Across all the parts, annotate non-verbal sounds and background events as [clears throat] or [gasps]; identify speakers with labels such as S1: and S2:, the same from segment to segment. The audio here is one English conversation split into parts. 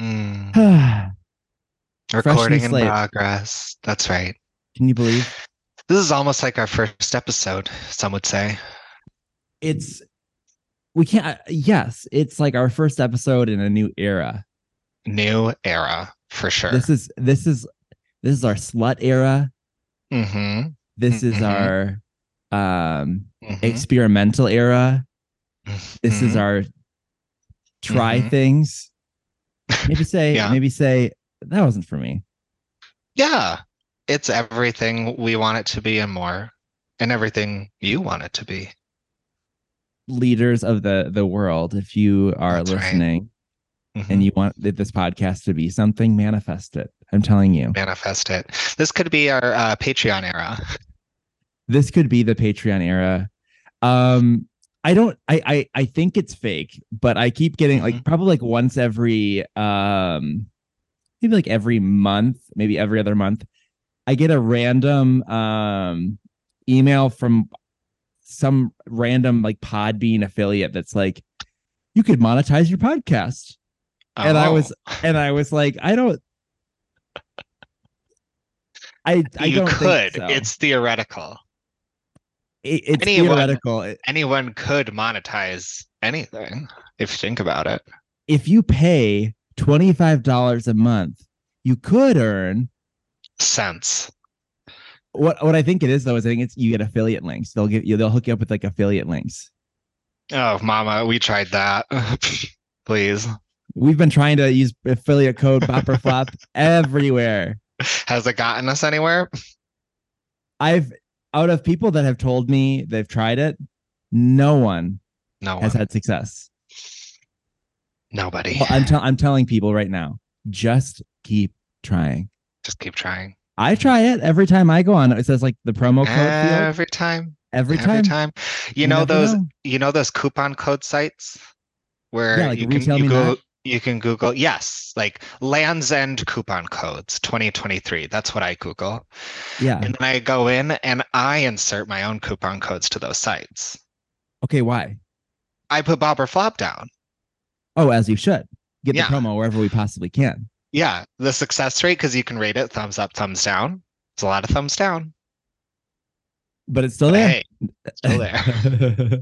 S1: Mm,
S2: [sighs] Can
S1: recording in
S2: slate.
S1: progress. That's right.
S2: you believe
S1: This is almost like our first episode, some would say.
S2: it's we can't? I- Yes, it's like our first episode in a new era.
S1: New era for sure.
S2: This is this is this is our slut era.
S1: mm-hmm.
S2: This is our um experimental era. This is
S1: Mm-hmm.
S2: our try
S1: Mhm.
S2: things. Maybe
S1: [laughs]
S2: say
S1: Yeah.
S2: maybe say that wasn't for me.
S1: yeah. It's everything we want it to be and more, and everything you want it to be.
S2: Leaders of the the world, if you are
S1: That's right.
S2: listening
S1: Mhm.
S2: and you want th- this podcast to be something, manifest it. I'm telling you.
S1: Manifest it. This could be our uh, Patreon era.
S2: this could be the patreon era um i don't I, I i think it's fake but i keep getting like
S1: Mhm.
S2: probably like once every um maybe like every month maybe every other month i get a random um email from some random like podbean affiliate that's like you could monetize your podcast And
S1: Oh,
S2: I was- and i was like
S1: [laughs]
S2: i don't i i
S1: you
S2: don't
S1: could.
S2: think so.
S1: It's theoretical.
S2: It- it's
S1: anyone-
S2: theoretical
S1: Anyone could monetize anything if you think about it.
S2: if you pay $25 a month, you could earn
S1: Sense.
S2: what what I think it is though is I think it's you get affiliate links. They'll give you they'll hook you up with like affiliate links.
S1: Oh, mama, we tried that. [laughs] Please.
S2: We've been trying to use affiliate
S1: [laughs]
S2: code BopperFlop everywhere.
S1: Has it gotten us anywhere?
S2: I've out of people that have told me they've tried it, no one
S1: No
S2: has
S1: one.
S2: had success.
S1: Nobody.
S2: Well, I'm tell I'm telling people right now, just keep trying.
S1: Just keep trying.
S2: I try it every time I go on. It says like the promo code field
S1: Every time.
S2: every time.
S1: Every time. You know
S2: never
S1: those you know those coupon code sites where
S2: Yeah, like
S1: you
S2: Retail
S1: can you
S2: Me
S1: go
S2: Not?
S1: you can Google yes, like Land's End coupon codes 2023. That's what I Google.
S2: Yeah.
S1: And then I go in and I insert my own coupon codes to those sites.
S2: Okay, why?
S1: I put Bob or Flop down.
S2: Oh, as you should. Get
S1: Yeah.
S2: the promo wherever we possibly can.
S1: Yeah, the success rate because you can rate it thumbs up, thumbs down. It's a lot of thumbs down.
S2: But it's still
S1: But
S2: there.
S1: hey, it's
S2: [laughs]
S1: still there.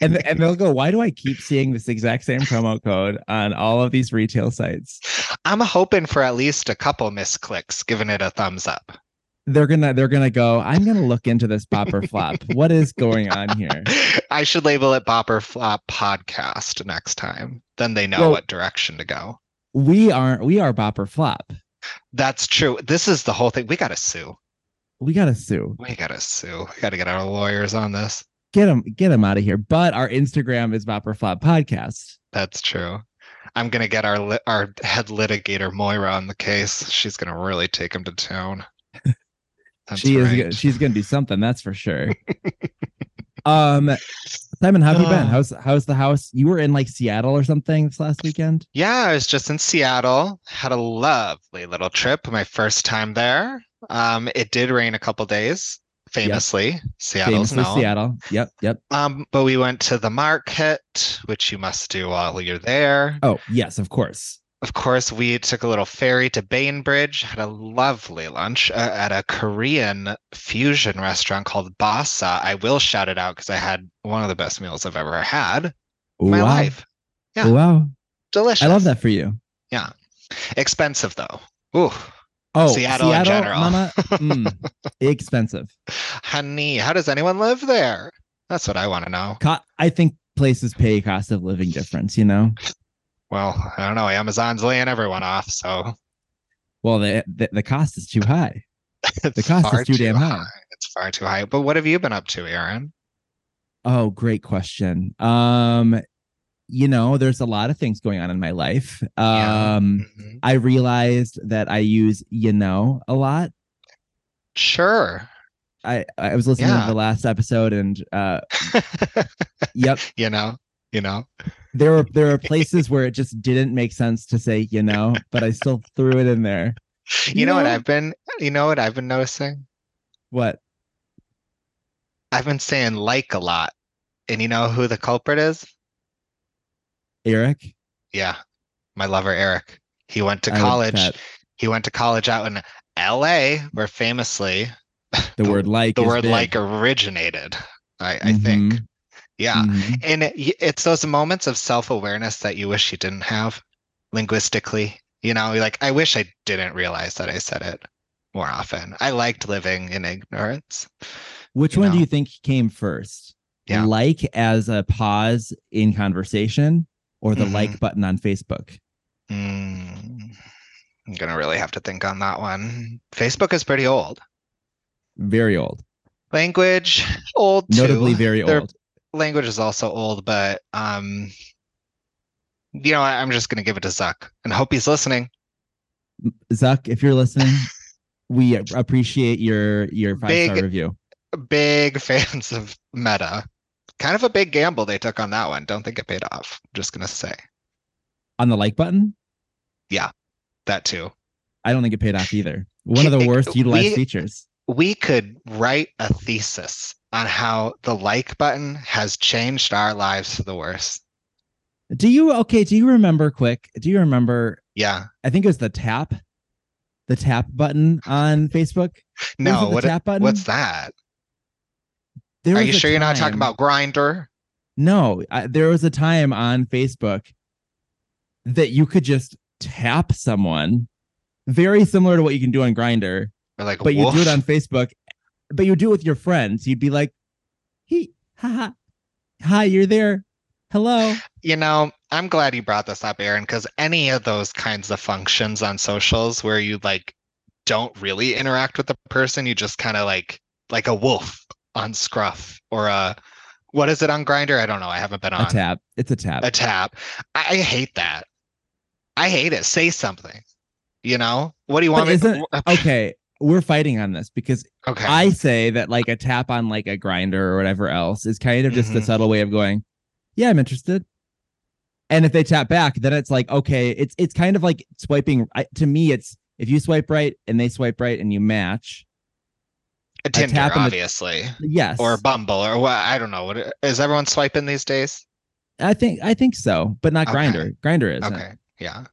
S2: and th- and they'll go, why do I keep seeing this exact same promo code on all of these retail sites?
S1: I'm hoping for at least a couple misclicks, giving it a thumbs up. [laughs]
S2: They're gonna they're gonna go, I'm gonna look into this popper flop. What is going on here?
S1: I should label it Bop or Flop podcast next time. Then they know
S2: Well-
S1: what direction to go.
S2: We aren't we are bopper flop.
S1: That's true. This is the whole thing. We gotta sue.
S2: We gotta sue.
S1: We gotta sue. We gotta get our lawyers on this.
S2: Get them get them out of here. But our Instagram is bopper flop podcast.
S1: That's true. I'm gonna get our lit our head litigator Moira on the case. She's gonna really take him to
S2: [laughs]
S1: town. That's
S2: she is
S1: right.
S2: go- she's gonna do something, that's
S1: [laughs]
S2: for sure. um Simon, how have you
S1: Ah.
S2: been? How's how's the house? You were in like Seattle or something this last weekend?
S1: Yeah, I was just in Seattle. Had a lovely little trip. My first time there. Um, it did rain a couple days. Famously, Seattle's
S2: Famously
S1: known.
S2: Seattle. Yep, yep.
S1: Um, but we went to the market, which you must do while you're there.
S2: Oh, yes, of course.
S1: Of course, we took a little ferry to Bainbridge. Had a lovely lunch uh, at a Korean fusion restaurant called Basa. I will shout it out because I had one of the best meals I've ever had in my
S2: wow. Oh,
S1: life. Yeah.
S2: Wow.
S1: Delicious.
S2: I love that for you.
S1: Expensive though. Ooh,
S2: Oh,
S1: Seattle in general. [laughs]
S2: mama, mm, expensive.
S1: honey, how does anyone live there? That's what I want to know.
S2: Co- I think places pay cost of living difference, you know?
S1: Well, I don't know. Amazon's laying everyone off, so [laughs]
S2: Well, the, the, the cost is too high.
S1: the
S2: cost is too damn high.
S1: It's far too high. But what have you been up to, Aaron?
S2: Oh, great question. Um, you know, there's a lot of things going on in my life.
S1: Yeah.
S2: Um,
S1: Mhm.
S2: I realized that I use you know a lot.
S1: Sure.
S2: I I was listening
S1: Yeah.
S2: to the last episode and
S1: [laughs]
S2: uh yep
S1: you know, you know.
S2: there were there were places where it just didn't make sense to say you know but I still threw it in there
S1: You,
S2: You
S1: know, what
S2: know-
S1: I've been you know what I've been noticing?
S2: what
S1: I've been saying like a lot. And you know who the culprit is?
S2: Eric
S1: Yeah. My lover Eric. He went to
S2: I would
S1: college.
S2: bet
S1: He went to college out in LA, where famously
S2: The,
S1: the-
S2: word like.
S1: the
S2: is
S1: word
S2: big.
S1: like originated. I, I think.
S2: Mhm,
S1: Yeah.
S2: mhm.
S1: And it, y- it's those moments of self awareness that you wish you didn't have linguistically. You know, you're like, I wish I didn't realize that I said it more often. I liked living in ignorance.
S2: Which
S1: you
S2: one do
S1: know.
S2: you think came first?
S1: Yeah.
S2: Like as a pause in conversation or the
S1: Mhm.
S2: like button on Facebook?
S1: Mm, I'm going to really have to think on that one. Facebook is pretty old.
S2: Very old.
S1: Language, old too.
S2: Notably very
S1: They're-
S2: old.
S1: Language is also old, but um, you know, what? I'm just going to give it to Zuck and hope he's listening.
S2: Zuck, if you're
S1: [laughs]
S2: listening, we appreciate your your five star
S1: Big-
S2: review.
S1: big [laughs] fans of meta. Kind of a big gamble they took on that one. Don't think it paid off. just gonna say
S2: On the like button,
S1: that too.
S2: I don't think it paid off either. One of
S1: [laughs]
S2: the
S1: Kick-
S2: worst utilized
S1: we-
S2: features.
S1: We could write a thesis on how the like button has changed our lives for the worse.
S2: Do you okay? Do you remember quick? Do you remember?
S1: Yeah.
S2: I think it was the tap, the tap button on Facebook.
S1: No,
S2: was it
S1: what
S2: the tap button?
S1: what's that?
S2: There
S1: Are
S2: was
S1: you
S2: a
S1: sure you're not talking
S2: time-
S1: about grinder?
S2: No, I, there was a time on Facebook that you could just tap someone, very similar to what you can do on Grinder,
S1: Or like
S2: but you
S1: woof?
S2: do it on Facebook. But you do it with your friends. You'd be like, "Hey, haha, hi, you're there. Hello."
S1: You know, I'm glad you brought this up, Aaron, because any of those kinds of functions on socials where you like don't really interact with the person, you just kind of like like a wolf on Scruff or a what is it on Grinder? I don't know. I haven't been
S2: A
S1: on
S2: tap. It's a tap.
S1: Uh, a tap. I, I hate that. I hate it. Say something. You know, what do you
S2: But
S1: want me
S2: isn't- okay, we're fighting on this because
S1: [laughs] okay.
S2: I say that like a tap on like a grinder or whatever else is kind of just the
S1: Mhm.
S2: subtle way of going, yeah, I'm interested. And if they tap back, then it's like okay, it's it's kind of like swiping. I, to me, it's if you swipe right and they swipe right and you match.
S1: a Tinder,
S2: tap and a-
S1: obviously,
S2: Yes,
S1: or Bumble, or what? I don't know. What it- is everyone swiping these days?
S2: I think I think so, but not
S1: Okay.
S2: grinder. Grinder is
S1: Okay, yeah.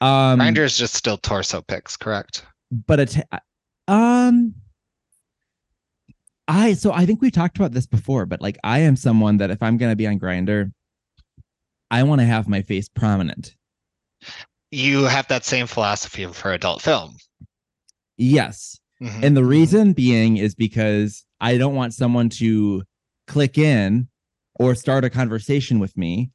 S2: Um,
S1: Grinder is just still torso pics, correct?
S2: but a ta- um i so i think we talked about this before but like i am someone that if i'm going to be on grinder i want to have my face prominent
S1: you have that same philosophy for adult film.
S2: yes
S1: Mhm.
S2: and the reason being is because i don't want someone to click in or start a conversation with me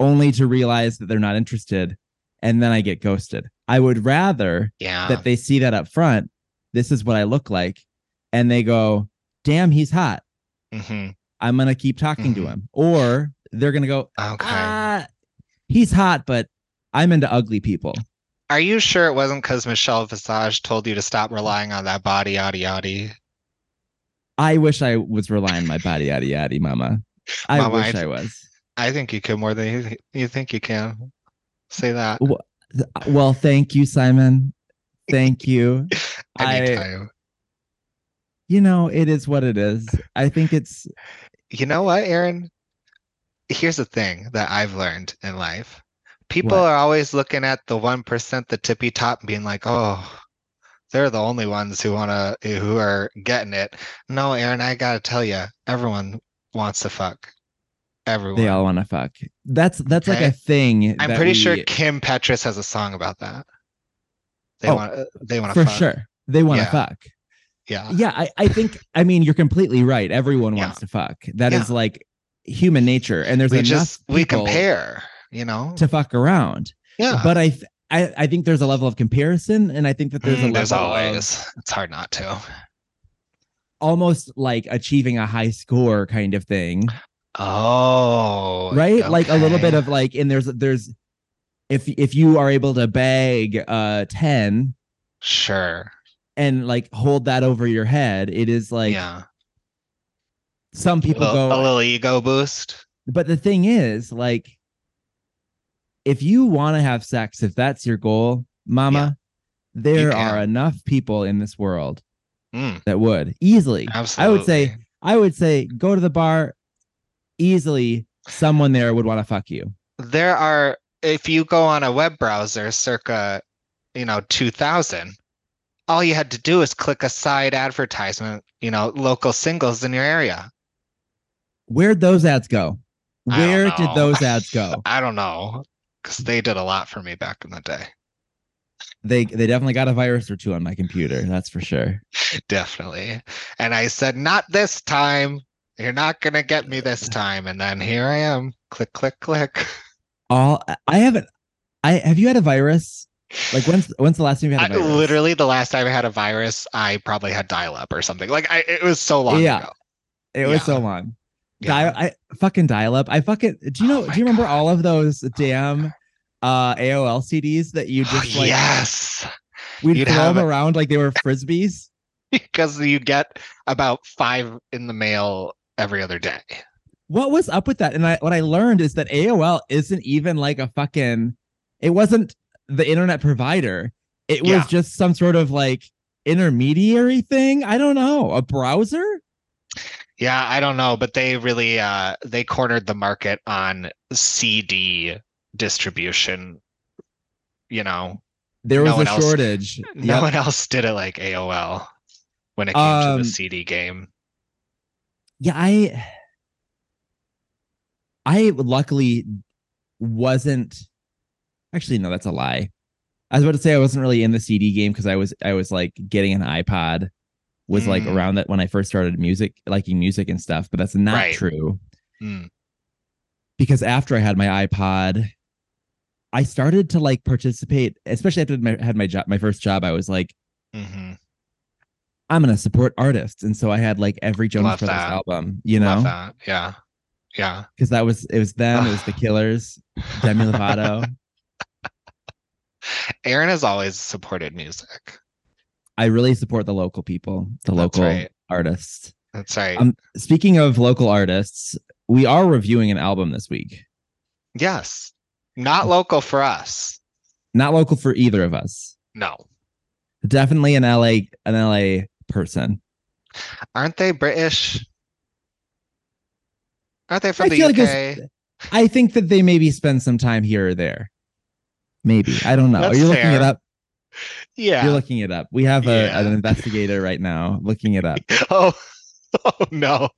S2: only to realize that they're not interested and then i get ghosted i would rather
S1: yeah,
S2: that they see that up front. This is what I look like. And they go, damn, he's hot.
S1: Mhm.
S2: I'm going to keep talking to
S1: Mhm.
S2: him. Or they're going to go,
S1: okay.
S2: ah, he's hot, but I'm into ugly people.
S1: Are you sure it wasn't because Michelle Visage told you to stop relying on that body, yada yada?
S2: I wish I was relying on my body, yada, yada, mama. I
S1: Mama,
S2: wish
S1: I-
S2: I was.
S1: I think you can more than you, th- you think you can. Say that
S2: Th- Well, thank you, Simon. Thank you.
S1: [laughs]
S2: I-
S1: anytime.
S2: You know, it is what it is. I think it's,
S1: You know what, Aaron? Here's the thing that I've learned in life. People
S2: What?
S1: are always looking at the 1%, the tippy top, and being like, oh, they're the only ones who wanna who are getting it. No, Aaron, I gotta tell you, everyone wants to fuck. Everyone.
S2: they all want to fuck. That's, that's
S1: Okay.
S2: like a thing.
S1: I'm
S2: that
S1: pretty sure
S2: we-
S1: Kim Petras has a song about that. They
S2: Oh,
S1: want they want to
S2: for
S1: fuck.
S2: sure they want to
S1: Yeah.
S2: fuck.
S1: Yeah.
S2: yeah I, I think i mean you're completely right everyone
S1: Yeah.
S2: wants to fuck That is
S1: Yeah.
S2: like human nature and there's
S1: we
S2: enough
S1: just we
S2: people
S1: compare, Uh-huh. you know?
S2: to fuck around
S1: yeah.
S2: but I, th- I i think there's a level of comparison and i think that there's a
S1: Mm,
S2: level
S1: there's
S2: of
S1: always. It's hard not to.
S2: almost like achieving a high score kind of thing
S1: Oh,
S2: right like a little bit
S1: okay.
S2: of like and there's there's if if you are able to bag uh 10
S1: sure.
S2: and like hold that over your head it is like
S1: yeah,
S2: some
S1: a
S2: people
S1: little,
S2: go
S1: a little ego boost.
S2: But the thing is, like, if you want to have sex, if that's your goal, mama, there are
S1: can.
S2: enough people in this world
S1: Mm,
S2: that would easily.
S1: absolutely.
S2: I would say, I would say, go to the bar. Easily, someone there would want to fuck you.
S1: there are if you go on a web browser circa, you know, 2000, all you had to do is click a side advertisement, you know, local singles in your area.
S2: Where'd those ads go?
S1: I don't
S2: Where did
S1: know.
S2: those
S1: [laughs]
S2: ads go?
S1: I don't know because they did a lot for me back in the day. [laughs]
S2: They they definitely got a virus or two on my computer. That's for sure.
S1: Definitely. And I said, not this time. You're not going to get me this time. And then here I am. Click, click, click. [laughs]
S2: All I haven't. I have you had a virus? Like when's when's the last time you
S1: I,
S2: had a virus?
S1: literally, the last time I had a virus, I probably had dial up or something. Like, I, it was so long
S2: Yeah.
S1: ago.
S2: It was
S1: yeah.
S2: so long.
S1: Yeah.
S2: Dial, I fucking dial up. I fucking do you
S1: Oh
S2: know?
S1: my
S2: do you remember
S1: God. Oh
S2: all of those
S1: my
S2: damn uh AOL CDs that you
S1: [sighs]
S2: just like
S1: yes. [laughs]
S2: we'd
S1: You'd
S2: throw
S1: have
S2: them
S1: it.
S2: around like they were frisbees?
S1: Because you get about five in the mail every other day.
S2: What was up with that? And I what I learned is that AOL isn't even like a fucking. It wasn't the internet provider. It was
S1: Yeah.
S2: just some sort of like intermediary thing. I don't know. A browser.
S1: Yeah, I don't know, but they really uh they cornered the market on CD distribution. You know,
S2: There
S1: No
S2: was
S1: one
S2: a
S1: else-
S2: shortage.
S1: no
S2: Yep.
S1: one else did it like AOL when it came to
S2: Um,
S1: the CD game.
S2: yeah i i luckily wasn't actually no that's a lie i was about to say i wasn't really in the cd game because i was i was like getting an ipod was like
S1: Mm.
S2: around that when i first started music liking music and stuff but that's not
S1: Right.
S2: true
S1: Mm.
S2: because after i had my ipod i started to like participate especially after my had my job my first job i was like
S1: hmm
S2: i'm gonna support artists and so i had like every jonas
S1: Love
S2: brothers
S1: that.
S2: album you
S1: Love
S2: know
S1: that. Yeah. Yeah.
S2: because that was it was them it was
S1: [sighs]
S2: the killers demi lovato
S1: Aaron has always supported music.
S2: i really support the local people the
S1: That's
S2: local
S1: right.
S2: artists
S1: That's right.
S2: um speaking of local artists we are reviewing an album this week
S1: yes.
S2: oh.
S1: Not local for us.
S2: not local for either of us
S1: No.
S2: definitely an la an la person
S1: Aren't they British? Aren't they from
S2: I
S1: the
S2: feel like
S1: UK?
S2: it's- i think that they maybe spend some time here or there maybe i don't know
S1: That's
S2: you're looking it
S1: fair.
S2: up
S1: yeah.
S2: you're looking it up we have a,
S1: Yeah.
S2: an investigator right now looking
S1: [laughs]
S2: it up
S1: [laughs] oh, oh no.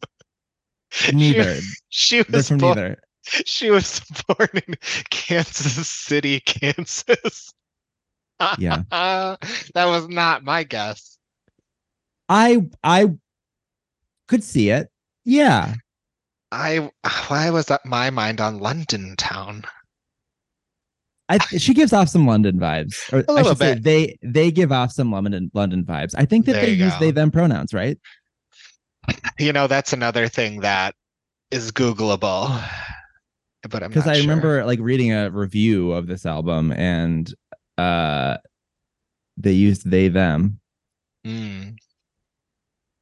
S2: neither
S1: She
S2: they're
S1: was
S2: from
S1: born,
S2: neither
S1: she was [laughs] born in Kansas City, [laughs] Kansas. Ah,
S2: Yeah.
S1: that was not my guess.
S2: I I could see it. Yeah.
S1: I why was that my mind on London town?
S2: I she gives off some London vibes. Or
S1: A
S2: I
S1: little
S2: should say
S1: bit.
S2: they they give off some London London vibes. I think that
S1: There
S2: they
S1: you
S2: use
S1: go.
S2: they them pronouns, right?
S1: You know, that's another thing that is Googleable. [sighs] But I'm
S2: Because
S1: not
S2: I
S1: sure.
S2: remember like reading a review of this album and uh they used they them.
S1: Mm.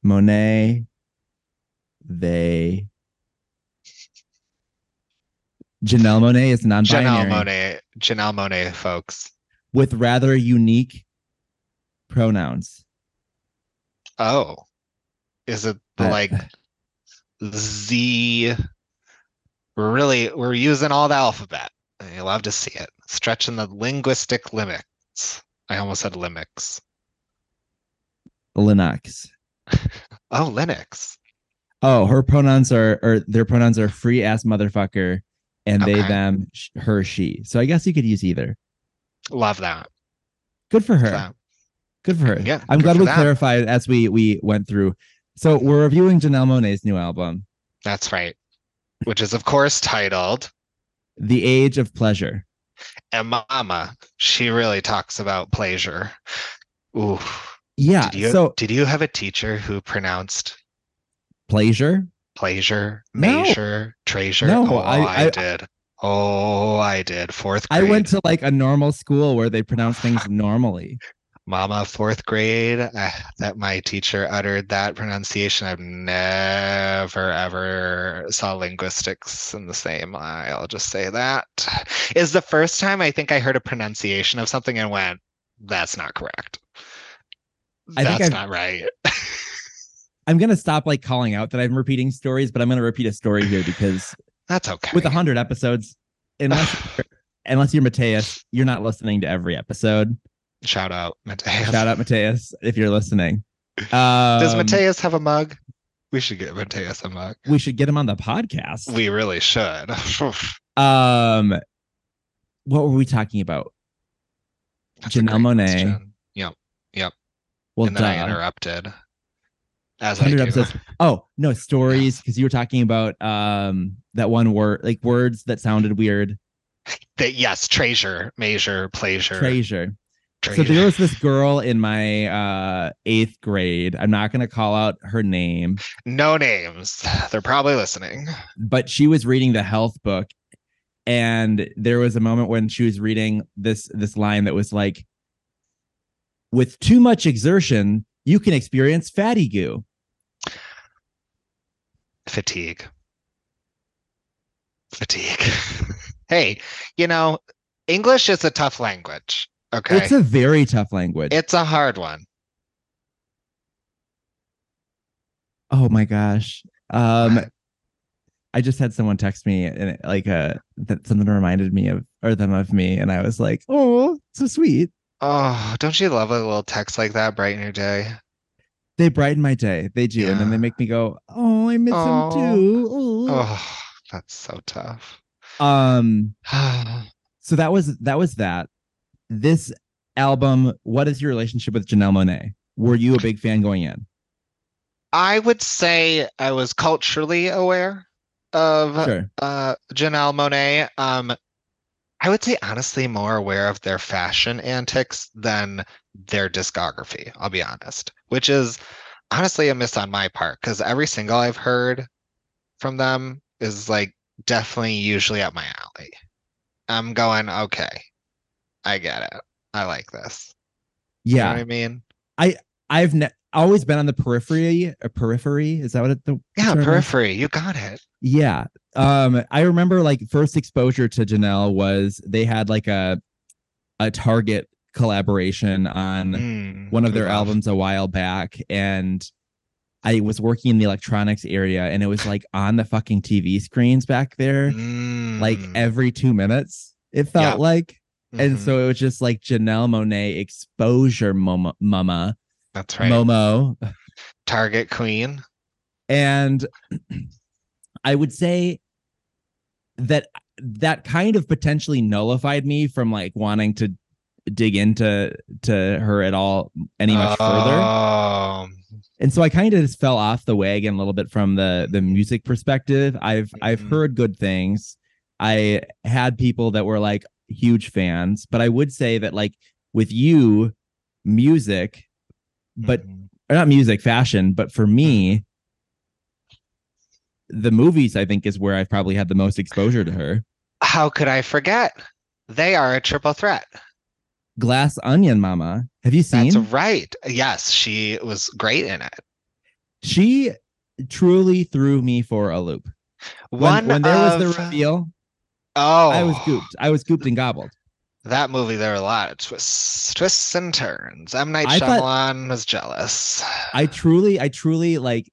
S2: Monet they Janelle Monet is non-binary
S1: Janelle Monet, Janelle Monet, folks.
S2: with rather unique pronouns.
S1: Oh, is it the,
S2: I-
S1: like Z? We're really we're using all the alphabet. And You love to see it stretching the linguistic limits. I almost said limits.
S2: Linux.
S1: Oh, Linux.
S2: Oh, her pronouns are or their pronouns are free ass motherfucker and they
S1: Okay.
S2: them sh- her she. So I guess you could use either.
S1: Love that.
S2: Good for her.
S1: So,
S2: Good for her.
S1: yeah,
S2: I'm
S1: good
S2: glad
S1: for
S2: we
S1: that.
S2: clarified as we we went through. So we're reviewing Janelle Monet's new album,
S1: that's right. Which is of course titled
S2: The Age of Pleasure.
S1: "And Mama." She really talks about pleasure. Ooh.
S2: Yeah.
S1: Did you
S2: So
S1: did you have a teacher who pronounced
S2: pleasure.
S1: pleasure,
S2: No.
S1: measure, treasure.
S2: No,
S1: oh,
S2: I-
S1: I,
S2: I-
S1: did. Oh, I did. Fourth
S2: I
S1: grade.
S2: went to like a normal school where they pronounce
S1: [sighs]
S2: things normally.
S1: Mama, fourth grade. ah, that my teacher uttered that pronunciation. I've never ever saw linguistics in the same eye. I'll just say that is the first time I think I heard a pronunciation of something and went, "That's not correct.
S2: I think
S1: That's
S2: I've-
S1: not right."
S2: I'm gonna stop like calling out that I'm repeating stories, but I'm gonna repeat a story here because
S1: [sighs] That's okay.
S2: with a hundred episodes, unless unless you're Mateus, you're not listening to
S1: [laughs]
S2: every episode.
S1: Shout out, Mateus.
S2: Shout out Mateus if you're listening.
S1: Does
S2: Um,
S1: Mateus have a mug? We should get Mateus a mug.
S2: We should get him on the podcast.
S1: We really should. [laughs]
S2: Um, what were we talking about?
S1: That's a
S2: Janelle
S1: great
S2: Monáe.
S1: question. Yep.
S2: Well,
S1: and then I
S2: duh.
S1: interrupted. As I
S2: 100
S1: do.
S2: episodes. Oh no, stories because you were talking about um that one word, like words that sounded weird.
S1: That- yes, treasure, measure, pleasure.
S2: Treasure. So
S1: treasure.
S2: there was this girl in my uh eighth grade. I'm not gonna call out her name,
S1: no names. They're probably listening.
S2: but she was reading the health book, and there was a moment when she was reading this this line that was like, "With too much exertion, you can experience fatty goo."
S1: Fatigue. Fatigue. [laughs] hey, you know, English is a tough language. Okay.
S2: It's a very tough language.
S1: It's a hard one.
S2: oh my gosh.
S1: [laughs]
S2: Um,
S1: What?
S2: I just had someone text me and it, like uh that something reminded me of or them of me, and I was like, oh, so sweet.
S1: oh, don't you love a little text like that brighten your day?
S2: They brighten my day. They do, and then they
S1: Yeah.
S2: make me go, oh, I miss
S1: Aw.
S2: them too. Ooh.
S1: Oh, that's so tough. [sighs]
S2: Um, so that was that was that. This album, what is your relationship with Janelle Monet? Were you a big fan going in?
S1: I would say I was culturally aware of
S2: Sure.
S1: uh Janelle Monet. Um I would say honestly more aware of their fashion antics than their discography, I'll be honest, which is honestly a miss on my part because every single I've heard from them is like definitely usually up my alley. I'm going, okay, I get it. I like this. You know
S2: Yeah.
S1: what I mean?
S2: I've ne- always been on the periphery. A periphery is that what it, the
S1: Yeah,
S2: term is?
S1: periphery, you got it.
S2: Yeah. Um, I remember like first exposure to Janelle was they had like a a Target collaboration on
S1: Mm,
S2: one of
S1: we
S2: their
S1: love-
S2: albums a while back, and I was working in the electronics area, and it was like on the fucking TV screens back there, like
S1: Mm.
S2: every two minutes. It felt
S1: Yeah.
S2: like, and
S1: Mhm.
S2: so it was just like Janelle Monet exposure, mama, mama
S1: that's right.
S2: Momo,
S1: Target Queen.
S2: and i would say that that kind of potentially nullified me from like wanting to dig into to her at all any much further
S1: Oh,
S2: and so i kind of just fell off the wagon a little bit from the the music perspective i've i've
S1: Mhm.
S2: heard good things i had people that were like huge fans but i would say that like with you music but
S1: mhm.
S2: or not music fashion but for
S1: Mm-hmm.
S2: me the movies i think is where i've probably had the most exposure to her
S1: how could I forget? They are a triple threat.
S2: glass onion mama have you seen
S1: That's right. Yes, she was great in it.
S2: she truly threw me for a loop when,
S1: One
S2: when there
S1: of,
S2: was the reveal
S1: Oh,
S2: i was gooped i was gooped and gobbled
S1: That movie, there were a lot of twists, twists and turns. M Night
S2: I thought-
S1: Shyamalan was jealous. [laughs]
S2: i truly i truly like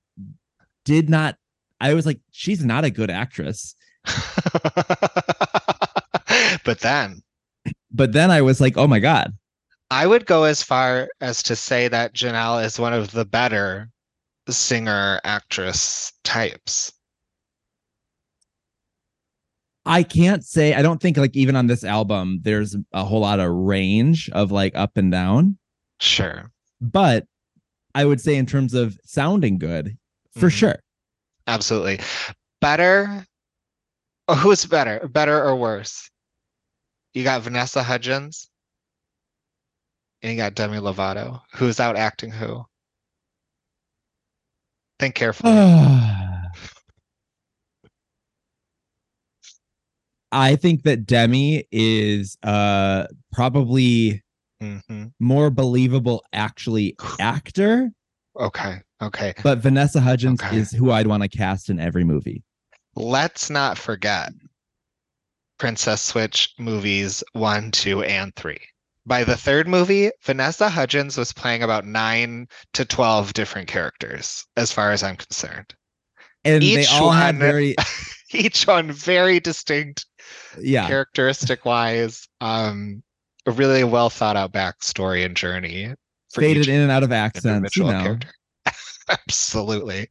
S2: did not i was like she's not a good actress
S1: but then
S2: but then i was like oh my god
S1: I would go as far as to say that Janelle is one of the better singer actress types.
S2: I can't say I don't think like even on this album there's a whole lot of range of like up and down,
S1: Sure.
S2: but I would say in terms of sounding good, for
S1: Mhm.
S2: sure. [sighs]
S1: Absolutely. Better. Oh, who's better? Better or worse? You got Vanessa Hudgens and you got Demi Lovato, who's out acting who? Think carefully.
S2: Uh. I think that Demi is uh probably
S1: Mhm.
S2: more believable actually actor,
S1: Okay. Okay.
S2: but Vanessa Hudgens
S1: Okay.
S2: is who I'd want to cast in every movie.
S1: Let's not forget Princess Switch movies one, two, and three. By the third movie, Vanessa Hudgens was playing about nine to 12 different characters, as far as I'm concerned. [laughs]
S2: And
S1: Each
S2: they all
S1: [laughs]
S2: had
S1: one-
S2: very
S1: each on very distinct
S2: Yeah.
S1: characteristic wise. Um, a really well thought out backstory and journey for
S2: Faded
S1: each
S2: in and out of accents. You
S1: individual
S2: know.
S1: character. [laughs] Absolutely.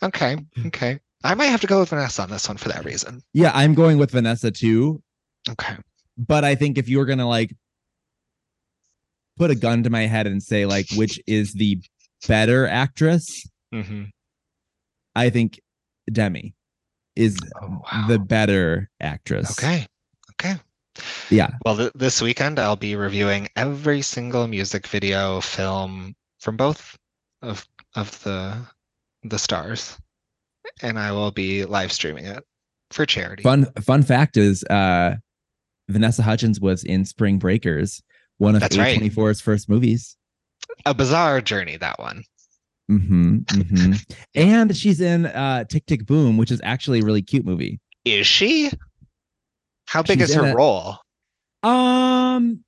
S1: Okay. Okay. I might have to go with Vanessa on this one for that reason.
S2: Yeah, I'm going with Vanessa too. [laughs]
S1: Okay.
S2: But I think if you were gonna like put a gun to my head and say like which is the better actress,
S1: hmm
S2: I think Demi is
S1: Oh, wow.
S2: the better actress.
S1: okay. Okay.
S2: Yeah.
S1: Well, th- this weekend I'll be reviewing every single music video film from both of of the the stars, and I will be live streaming it for charity.
S2: Fun fun fact is uh Vanessa Hudgens was in Spring Breakers, one of
S1: That's right.
S2: A24's first movies.
S1: A bizarre journey that one.
S2: hmm hmm
S1: [laughs]
S2: and she's in uh Tick Tick Boom, which is actually a really cute movie.
S1: Is she? How big
S2: She's
S1: is
S2: in
S1: her
S2: it.
S1: role?
S2: Um,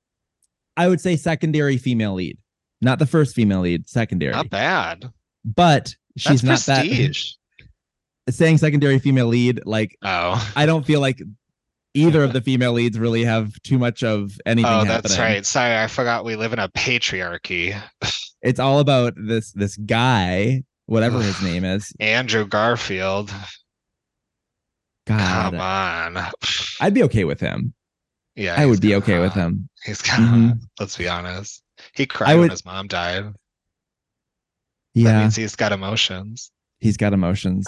S2: I would say secondary female lead, not the first female lead, secondary.
S1: Not bad.
S2: But she's
S1: That's
S2: not
S1: prestige.
S2: that [laughs] saying secondary female lead. Like
S1: Oh,
S2: I don't feel like
S1: [laughs]
S2: either of the female leads really have too much of anything.
S1: oh, that's
S2: happening.
S1: right. Sorry, I forgot we live in a patriarchy.
S2: It's all about this this guy,
S1: [sighs]
S2: whatever his name is.
S1: Andrew Garfield.
S2: God,
S1: Come on. [sighs]
S2: I'd be okay with him.
S1: Yeah,
S2: I
S1: he's
S2: would be
S1: got-
S2: okay with him.
S1: He's got.
S2: Mhm.
S1: [laughs] Let's be honest. He cried when
S2: would-
S1: his mom died. That
S2: Yeah,
S1: means he's got emotions.
S2: he's got emotions.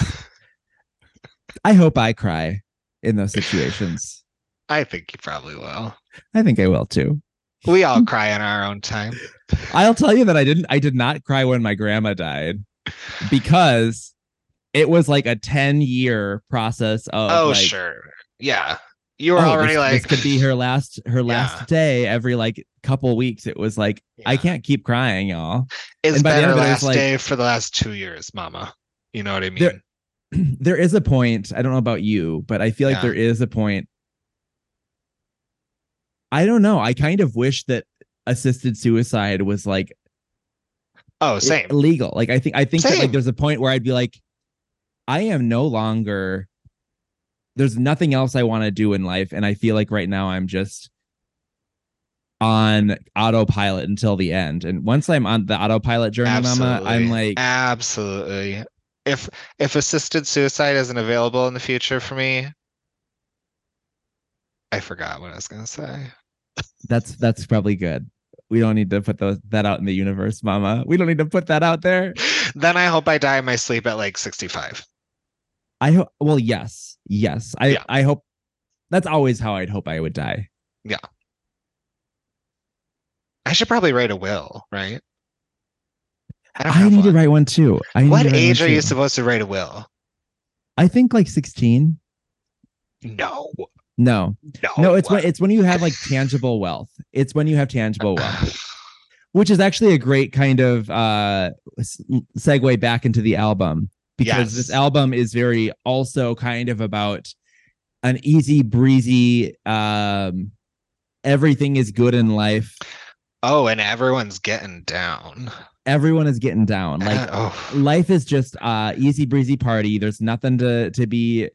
S2: I hope I cry in those situations.
S1: I think he probably will.
S2: I think I will too.
S1: We
S2: Mm-hmm.
S1: all cry in our own time.
S2: I'll tell you that I didn't I did not cry when my grandma died because it was like a 10 year process of
S1: Oh,
S2: like,
S1: sure. Yeah. You were
S2: oh,
S1: already
S2: this,
S1: like
S2: this could be her last
S1: [laughs]
S2: her
S1: Yeah.
S2: last day every like couple weeks. It was like I
S1: Yeah.
S2: can't keep crying, y'all.
S1: It's
S2: and by the
S1: been her
S2: end of it, it was
S1: last
S2: like-
S1: day for the last two years, mama. You know what I mean?
S2: There- [clears throat] there is a point, I don't know about you, but I feel like
S1: Yeah.
S2: there is a point. I don't know. I kind of wish that assisted suicide was like
S1: oh,
S2: i-
S1: same.
S2: illegal. Like I think I think that
S1: Same.
S2: like there's a point where I'd be like, I am no longer there's nothing else I want to do in life. And I feel like right now I'm just on autopilot until the end. And once I'm on the autopilot journey, mama, I'm like,
S1: absolutely. If if assisted suicide isn't available in the future for me, I forgot what I was gonna say.
S2: that's that's probably good. We don't need to put those that out in the universe, mama. We don't need to put that out there.
S1: [laughs] Then I hope I die in my sleep at like 65.
S2: I hope well, yes. Yes. I
S1: Yeah.
S2: I hope that's always how I'd hope I would die.
S1: I should probably write a will, right? I don't
S2: I,
S1: have
S2: need to
S1: one.
S2: write one too. I need
S1: What
S2: to write one
S1: age are you
S2: too.
S1: supposed to write a will?
S2: I think like 16.
S1: No,
S2: No,
S1: no,
S2: no, it's when it's when you have like tangible wealth. It's when you have tangible wealth, which is actually a great kind of uh s- segue back into the album because this
S1: Yes.
S2: album is very also kind of about an easy breezy um everything is good in life.
S1: [sighs] Oh, and everyone's getting down.
S2: Everyone is getting down. Like
S1: [laughs] Uh, oh,
S2: life is just uh easy breezy party there's nothing to to be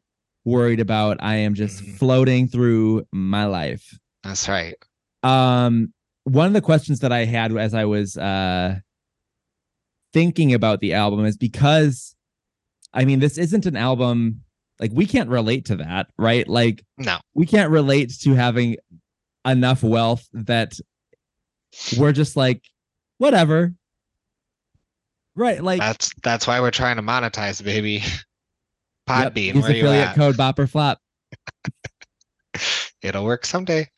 S2: worried about i am just
S1: Mhm.
S2: floating through my life
S1: that's right.
S2: um one of the questions that i had as i was uh thinking about the album is because i mean this isn't an album like we can't relate to that right like
S1: No,
S2: we can't relate to having enough wealth that we're just like whatever right like
S1: that's that's why we're trying to monetize, baby.
S2: Yep,
S1: Podbean,
S2: use
S1: where you
S2: affiliate
S1: at?
S2: code Bop or Flop.
S1: It'll work someday.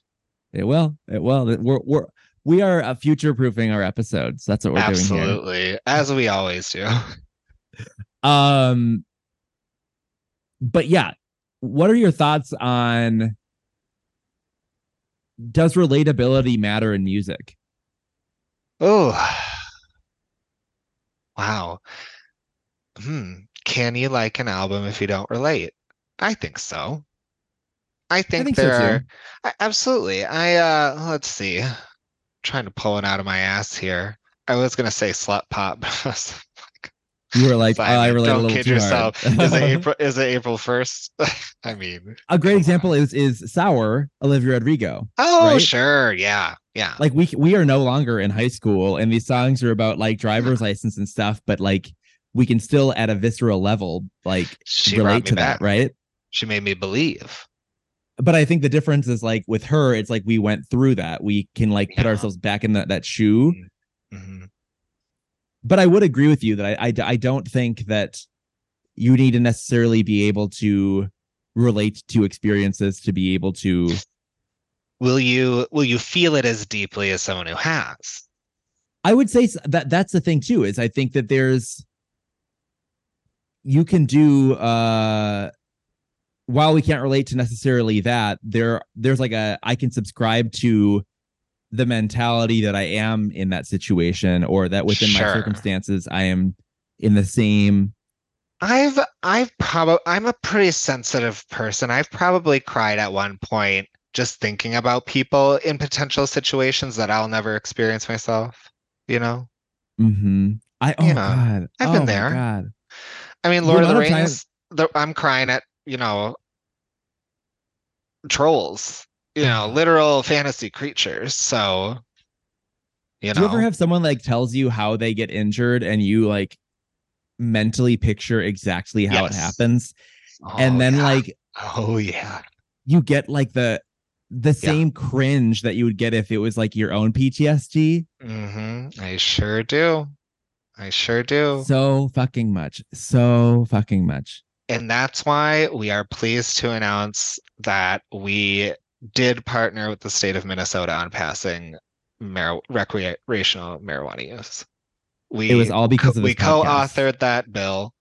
S2: It will. It will. We're we're we are uh, future proofing our episodes. That's what we're doing
S1: Absolutely, as we always do.
S2: here. Um, but yeah, what are your thoughts on? Does relatability matter in music?
S1: Oh, wow. Hmm. Can you like an album if you don't relate? I think so. I think,
S2: think so,
S1: there
S2: too.
S1: are I, absolutely. I uh let's see. [laughs] trying to pull it out of my ass here. I was gonna say slut pop, but I was like,
S2: You were like, oh,
S1: Simon,
S2: I relate a
S1: don't
S2: little
S1: kid
S2: too
S1: yourself.
S2: hard. [laughs]
S1: Is it April? Is it April first? [laughs] I mean,
S2: a
S1: Come
S2: great
S1: on.
S2: example is is Sour Olivia Rodrigo.
S1: oh
S2: Right?
S1: sure, yeah, yeah.
S2: Like we we are no longer in high school, and these songs are about
S1: [laughs]
S2: like driver's license and stuff, but like we can still at a visceral level like
S1: She brought
S2: relate
S1: me
S2: to
S1: back.
S2: that, right?
S1: She made me believe.
S2: But I think the difference is like with her, it's like we went through that. We can like put
S1: Yeah.
S2: ourselves back in that that shoe.
S1: Mhm.
S2: but I would agree with you that I, I d- I don't think that you need to necessarily be able to relate to experiences to be able to
S1: Will you will you feel it as deeply as someone who has?
S2: I would say s- that that's the thing too is I think that there's you can do uh while we can't relate to necessarily that there there's like a I can subscribe to the mentality that I am in that situation or that within my
S1: Sure.
S2: circumstances I am in the same
S1: I've I've probably I'm a pretty sensitive person. I've probably cried at one point just thinking about people in potential situations that I'll never experience myself. You know,
S2: Mm-hmm. I oh
S1: Yeah.
S2: god,
S1: I've
S2: oh
S1: been
S2: my
S1: there.
S2: God.
S1: I mean,
S2: The
S1: Lord of the
S2: amount of time-
S1: Rings. The, I'm crying at you know trolls. You
S2: [laughs]
S1: know, literal fantasy creatures. So you
S2: Do you ever
S1: know,
S2: have someone like tells you how they get injured and you like mentally picture exactly how it
S1: Yes.
S2: happens,
S1: Oh,
S2: and then
S1: yeah.
S2: like
S1: oh yeah,
S2: you get like the the same cringe that you would get if it was like your own PTSD.
S1: hmm I sure do. I sure do.
S2: So fucking much, so fucking much.
S1: And that's why we are pleased to announce that we did partner with the state of Minnesota on passing mar- recreational marijuana use. We
S2: It was all because of
S1: we
S2: this podcast.
S1: co-authored that bill.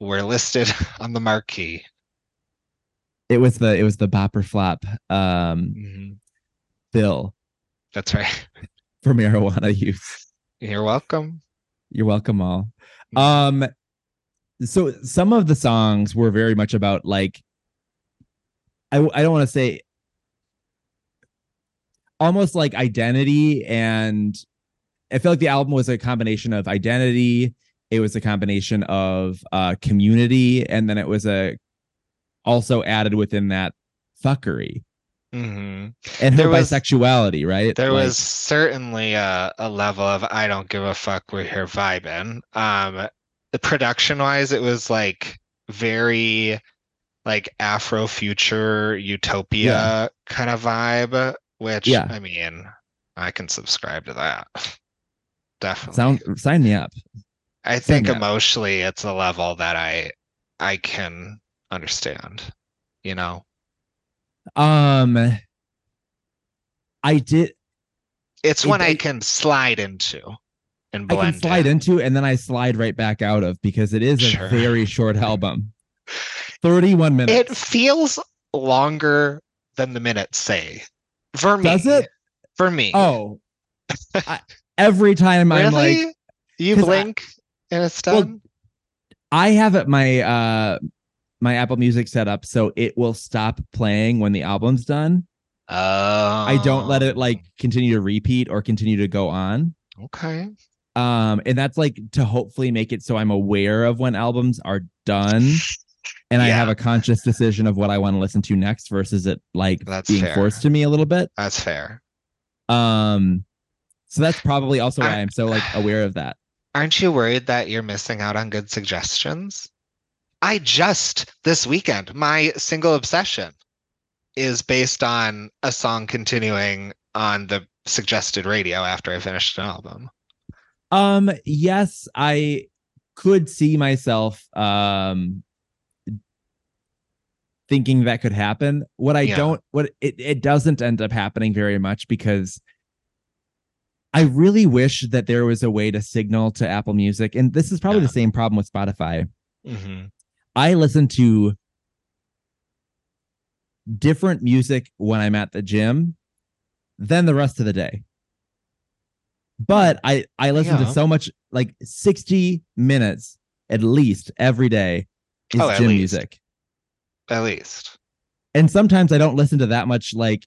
S1: We're listed [laughs] on the marquee.
S2: It was the it was the bopper flop um bill
S1: That's right. [laughs]
S2: for marijuana [laughs] use.
S1: You're welcome.
S2: You're welcome all.
S1: Mhm.
S2: Um so some of the songs were very much about like I I don't want to say almost like identity and I feel like the album was a combination of identity, it was a combination of uh community and then it was a also added within that fuckery
S1: hmm
S2: and her
S1: There was-
S2: bisexuality, right?
S1: There
S2: Like,
S1: was certainly a, a level of I don't give a fuck, we're here vibing. Um the production wise, it was like very like Afro future utopia kind of vibe, which
S2: Yeah.
S1: I mean, I can subscribe to that. Definitely.
S2: sound sign me up.
S1: I think
S2: yeah.
S1: emotionally it's a level that I I can understand, you know.
S2: Um I did
S1: It's
S2: It-
S1: one I
S2: it-
S1: can slide into and
S2: I
S1: blend
S2: can slide
S1: in.
S2: into and then I slide right back out of because it is a
S1: Sure. [laughs]
S2: very short album. 31
S1: It [laughs]
S2: minutes.
S1: feels longer than the minutes say. For me.
S2: Does it?
S1: For me.
S2: oh. I, every time I'm
S1: really?
S2: like
S1: you
S2: 'cause I-
S1: blink and it's
S2: Well,
S1: done?
S2: I have it my uh my Apple Music set up so it will stop playing when the album's done.
S1: oh.
S2: I don't let it like continue to repeat or continue to go on.
S1: Oh, Okay.
S2: Um and that's like to hopefully make it so I'm aware of when albums are done and I
S1: Yeah.
S2: have a conscious decision of what I want to listen to next versus it like
S1: That's
S2: being
S1: fair.
S2: forced to me a little bit.
S1: That's fair.
S2: Um, so that's probably also why
S1: I-
S2: I'm so like aware of that.
S1: Aren't you worried that you're missing out on good suggestions? I just this weekend, my single obsession is based on a song continuing on the suggested radio after I finished an album.
S2: Um, yes, I could see myself um thinking that could happen. What I
S1: Yeah.
S2: don't, what it it doesn't end up happening very much because I really wish that there was a way to signal to Apple Music, and this is probably
S1: Yeah.
S2: the same problem with Spotify.
S1: Mm-hmm.
S2: I listen to different music when I'm at the gym than the rest of the day. But I I listen
S1: Yeah.
S2: to so much like 60 minutes at least every day is
S1: Oh, at
S2: gym
S1: least.
S2: music.
S1: At least.
S2: And sometimes I don't listen to that much like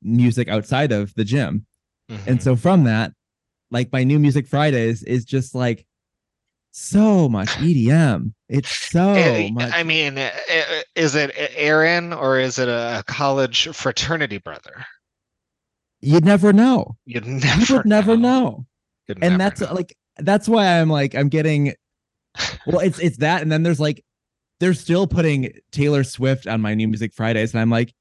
S2: music outside of the gym.
S1: Mhm.
S2: And so from that, like my new music Fridays is just like so much EDM. It's so
S1: Eh,
S2: much.
S1: I mean, eh, eh, is it Aaron or is it a college fraternity brother?
S2: You'd never know.
S1: You'd [laughs]
S2: You
S1: never
S2: would never know.
S1: You'd
S2: and
S1: never
S2: that's
S1: know.
S2: like that's why I'm like I'm getting well it's it's that and then there's like they're still putting Taylor Swift on my new music Fridays and I'm like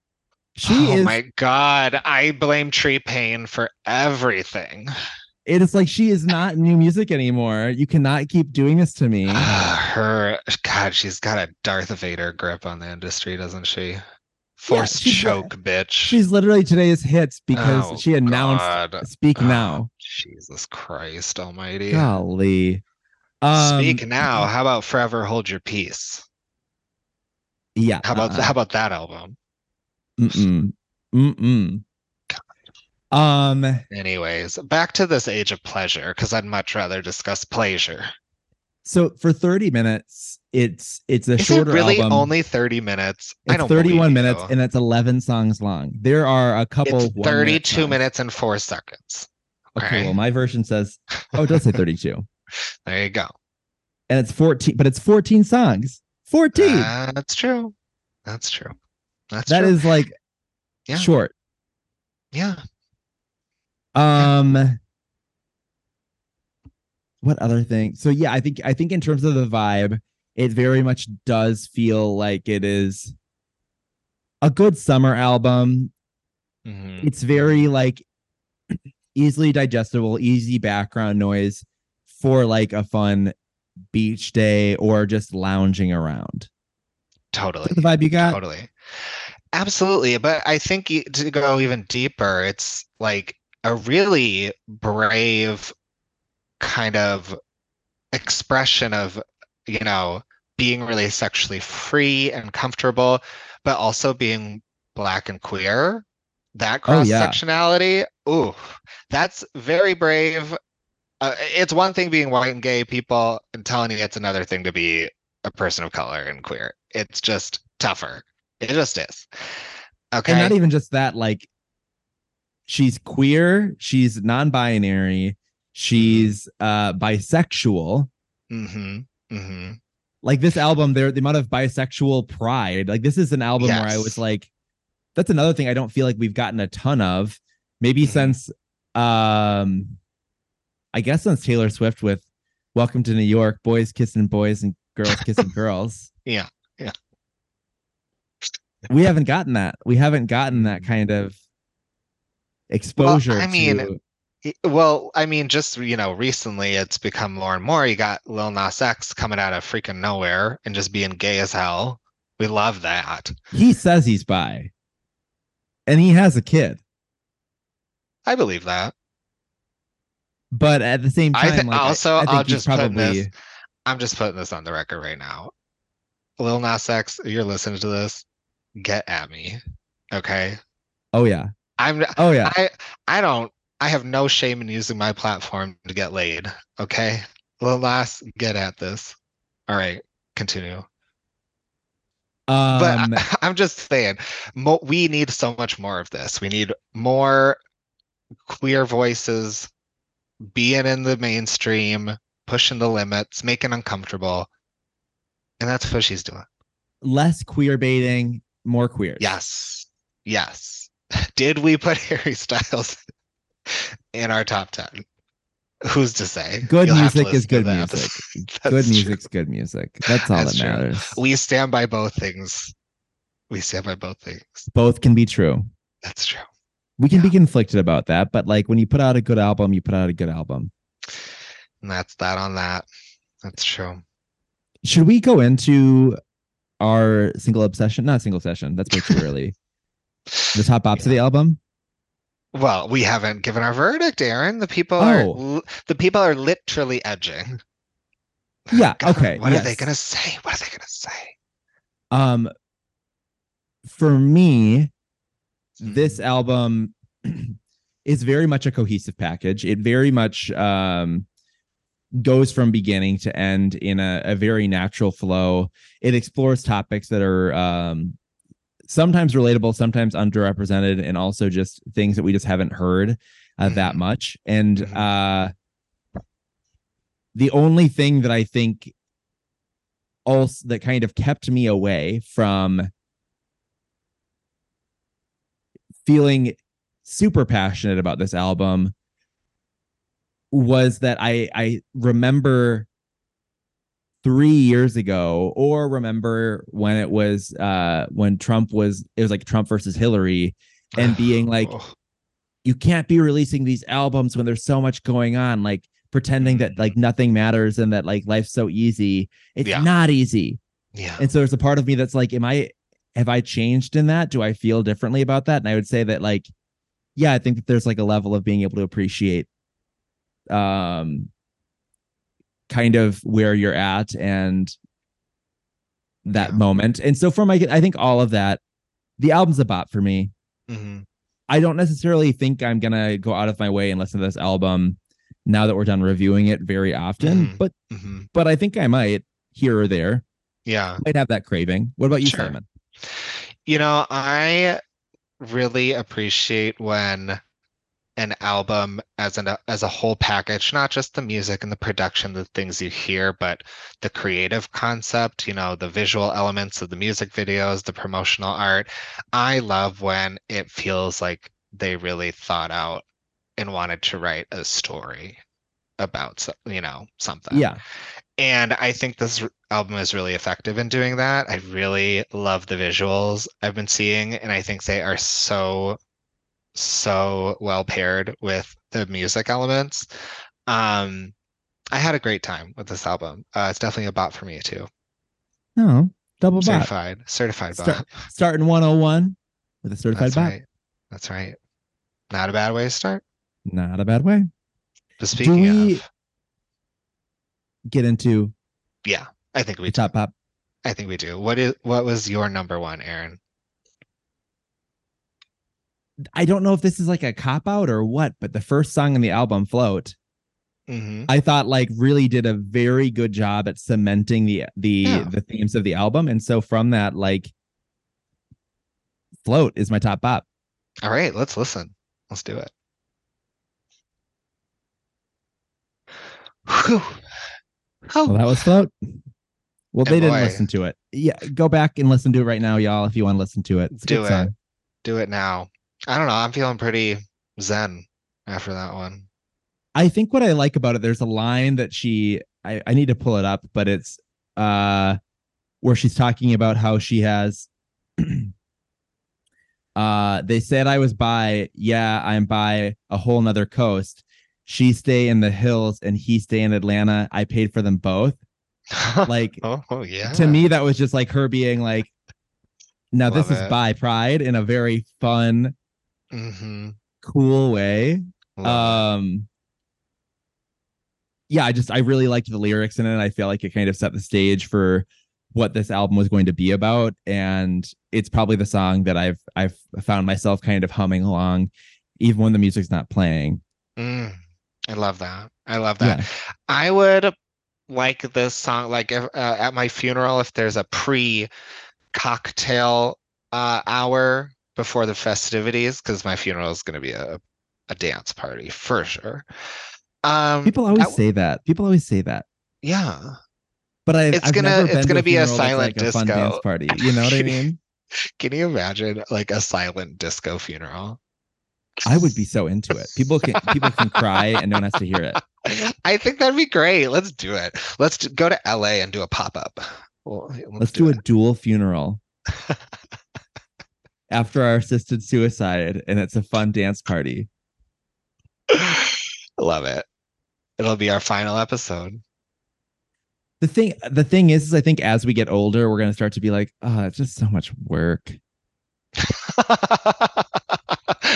S2: she
S1: oh
S2: is
S1: my god! I blame Tree Payne for everything. [sighs]
S2: it is like she is not new music anymore you cannot keep doing this
S1: [sighs]
S2: to me
S1: Her God, she's got a Darth Vader grip on the industry, doesn't she? Force
S2: she's got-
S1: choke, bitch.
S2: she's literally today's hits because
S1: Oh,
S2: she announced
S1: God.
S2: speak
S1: Oh,
S2: now
S1: Jesus Christ Almighty.
S2: golly um
S1: Speak now. How about forever hold your peace?
S2: yeah
S1: How about
S2: uh-uh.
S1: how about that album?
S2: Mm-mm. Mm-mm. Um,
S1: Anyways, back to this age of pleasure because I'd much rather discuss pleasure.
S2: so for 30 minutes, it's it's a
S1: Is it
S2: shorter
S1: really
S2: album.
S1: only thirty minutes? I
S2: it's
S1: don't.
S2: 31
S1: believe
S2: minutes
S1: you.
S2: and it's 11 songs long. There are a couple
S1: it's
S2: one-minute
S1: thirty-two
S2: songs.
S1: minutes and four seconds.
S2: Okay,
S1: Okay.
S2: well my
S1: [laughs]
S2: version says oh, it does say 32.
S1: There you go.
S2: and it's 14 but it's 14 songs. 14.
S1: That's true. That's true. That's
S2: that
S1: true.
S2: is like
S1: Yeah.
S2: short.
S1: yeah.
S2: Um what other thing? So yeah, I think I think in terms of the vibe, it very much does feel like it is a good summer album.
S1: Mhm.
S2: It's very like [clears throat] easily digestible, easy background noise for like a fun beach day or just lounging around.
S1: Totally.
S2: Is that the vibe you got?
S1: Totally. Absolutely. But I think e- to go even deeper, it's like a really brave kind of expression of, you know, being really sexually free and comfortable, but also being black and queer. That
S2: Oh,
S1: cross
S2: yeah.
S1: sectionality, ooh, that's very brave. Uh, it's one thing being white and gay people, and telling you it's another thing to be a person of color and queer. It's just tougher. It just is. Okay.
S2: And not e- even just that, like she's queer, she's non-binary, she's uh bisexual.
S1: mm-hmm. Mm-hmm.
S2: Like this album, there the amount of bisexual pride. Like this is an album where I
S1: Yes.
S2: was like, that's another thing I don't feel like we've gotten a ton of. Maybe
S1: Mhm.
S2: since um I guess since Taylor Swift with Welcome to New York, Boys Kissing Boys and Girls
S1: [laughs]
S2: Kissing Girls.
S1: Yeah, yeah.
S2: We haven't gotten that. We haven't gotten that kind of exposure.
S1: Mm-hmm. I mean,
S2: to-
S1: Y- Well, I mean, just you know, recently it's become more and more. You got Lil Nas X coming out of freaking nowhere and just being gay as hell. We love that.
S2: he says he's bi and he has a kid
S1: I believe that.
S2: but at the same
S1: I
S2: time
S1: thi-
S2: like, I-
S1: also,
S2: I, think
S1: I'll
S2: he's
S1: just put in
S2: probably
S1: this- I'm just putting this on the record right now. Lil Nas X, you're listening to this. Get at me, okay?
S2: oh yeah
S1: I'm.
S2: oh yeah
S1: I. I don't. I have no shame in using my platform to get laid. Okay, Lil Nas, get at this. All right, continue. [laughs] but
S2: um
S1: I, [laughs] I'm just saying, mo- we need so much more of this. We need more queer voices being in the mainstream, pushing the limits, making uncomfortable, and that's what she's doing.
S2: less queer baiting more queers
S1: Yes, yes. [laughs] Did we put [laughs] Harry Styles in our top ten? Who's to say?
S2: good
S1: You'll have to
S2: music is
S1: listen to
S2: good
S1: the episode. [laughs]
S2: music
S1: That's
S2: good
S1: true.
S2: music's good music that's all
S1: That's
S2: that
S1: true.
S2: matters
S1: We stand by both things. We stand by both things.
S2: both can be true
S1: That's true.
S2: we can be
S1: Yeah.
S2: conflicted about that but like when you put out a good album you put out a good album
S1: And that's that on that. That's true.
S2: should we go into our single obsession not single session that's way
S1: [laughs]
S2: too early the top bops of the album
S1: Well, we haven't given our verdict, Aaron. The people
S2: Oh.
S1: are the people are literally edging.
S2: yeah
S1: God,
S2: okay
S1: What are they
S2: yes.
S1: gonna say? What are they gonna say?
S2: um for me this album [clears throat] is very much a cohesive package it very much um goes from beginning to end in a, a very natural flow it explores topics that are um sometimes relatable sometimes underrepresented and also just things that we just haven't heard uh, that
S1: Mhm.
S2: much and
S1: Mhm.
S2: uh the only thing that I think also that kind of kept me away from feeling super passionate about this album was that I I remember three years ago or remember when it was uh when Trump was it was like Trump versus Hillary and being like you can't be releasing these albums when there's so much going on like pretending that like nothing matters and that like life's so easy it's
S1: Mm-hmm. Yeah.
S2: not easy
S1: [sighs] yeah.
S2: and so there's a part of me that's like am i have i changed in that do i feel differently about that and i would say that like yeah i think that there's like a level of being able to appreciate um kind of where you're at and that
S1: Yeah.
S2: moment and so for my i think all of that the album's a bop for me
S1: hmm
S2: I don't necessarily think I'm gonna go out of my way and listen to this album now that we're done reviewing it very often,
S1: Mhm.
S2: but
S1: hmm
S2: but I think I might here or there
S1: Yeah.
S2: might have that craving. What about you,
S1: Sure.
S2: Simon?
S1: You know, I really appreciate when an album as an as a whole package, not just the music and the production, the things you hear, but the creative concept, you know, the visual elements of the music videos, the promotional art. I love when it feels like they really thought out and wanted to write a story about, so- you know, something.
S2: Yeah,
S1: And I think this r- album is really effective in doing that. I really love the visuals I've been seeing, and I think they are so, so well paired with the music elements. Um, I had a great time with this album. Uh, it's definitely a bot for me too.
S2: no double bop.
S1: Certified, certified bot.
S2: Start, starting 101 with a certified
S1: That's
S2: bop.
S1: right. That's right. Not a bad way to start.
S2: Not a bad way.
S1: But speaking
S2: we-
S1: of,
S2: Get into
S1: yeah, I think we
S2: the
S1: do.
S2: top pop.
S1: I think we do. What is what was your number one, Aaron?
S2: I don't know if this is like a cop out or what, but the first song in the album, "Float,"
S1: Mm-hmm.
S2: I thought like really did a very good job at cementing the the
S1: Yeah.
S2: the themes of the album. And so from that, like float is my top bop.
S1: All right, let's listen. Let's do it. Whew. Oh,
S2: Well, that was float. Well, they
S1: And
S2: didn't
S1: Oh, boy.
S2: listen to it. Yeah, go back and listen to it right now, y'all, if you want to listen to it. It's a
S1: Do
S2: good
S1: it.
S2: song.
S1: do it now. I don't know. I'm feeling pretty zen after that one. [laughs]
S2: I think what I like about it, there's a line that she I, I need to pull it up, but it's uh where she's talking about how she has [clears throat] uh they said I was by, yeah, I'm by a whole nother coast. She stay in the hills and he stay in Atlanta. I paid for them
S1: [laughs]
S2: both. Like
S1: oh, oh, yeah.
S2: to me, that was just like her being like, now this
S1: Love
S2: is
S1: it.
S2: by pride in a very fun,
S1: Mm-hmm.
S2: cool way um yeah i just i really liked the lyrics in it i feel like it kind of set the stage for what this album was going to be about and it's probably the song that i've i've found myself kind of humming along even when the music's not playing
S1: Mm, I love that. I love that.
S2: yeah
S1: I would like this song, like if, uh, at my funeral, if there's a pre cocktail uh, hour before the festivities, because my funeral is going to be a, a dance party for sure. Um,
S2: people always
S1: that w-
S2: say that people always say that
S1: yeah,
S2: but I,
S1: It's
S2: I've
S1: gonna-
S2: never
S1: it's
S2: been to
S1: gonna be a
S2: funeral that's
S1: silent
S2: like a fun
S1: disco.
S2: dance party. You know what
S1: [laughs]
S2: I mean?
S1: can you imagine like a silent disco funeral?
S2: I would be so into it. People can people can cry and no one has to hear it.
S1: [laughs] I think that'd be great. Let's do it. Let's d- go to LA and do a pop up. Well, let's,
S2: Let's do a dual funeral after our assisted suicide, and it's a fun dance party.
S1: Love it. It'll be our final episode. [laughs]
S2: The thing, the thing is, is I think as we get older, we're gonna start to be like, oh, it's just so much work.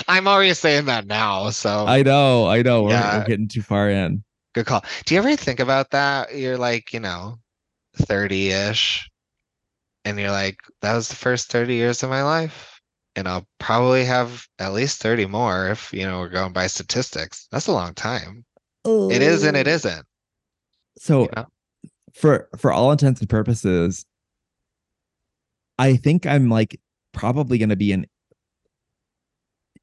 S1: I'm already saying that now. So
S2: I know, I know. We're,
S1: Yeah.
S2: we're getting too far in.
S1: good call. Do you ever think about that? You're like, you know, 30 ish, and you're like, that was the first 30 years of my life. And I'll probably have at least 30 more if, you know, we're going by statistics. That's a long time. It is and it isn't.
S2: So Oh,
S1: you know?
S2: for for all intents and purposes, I think I'm like probably gonna be an.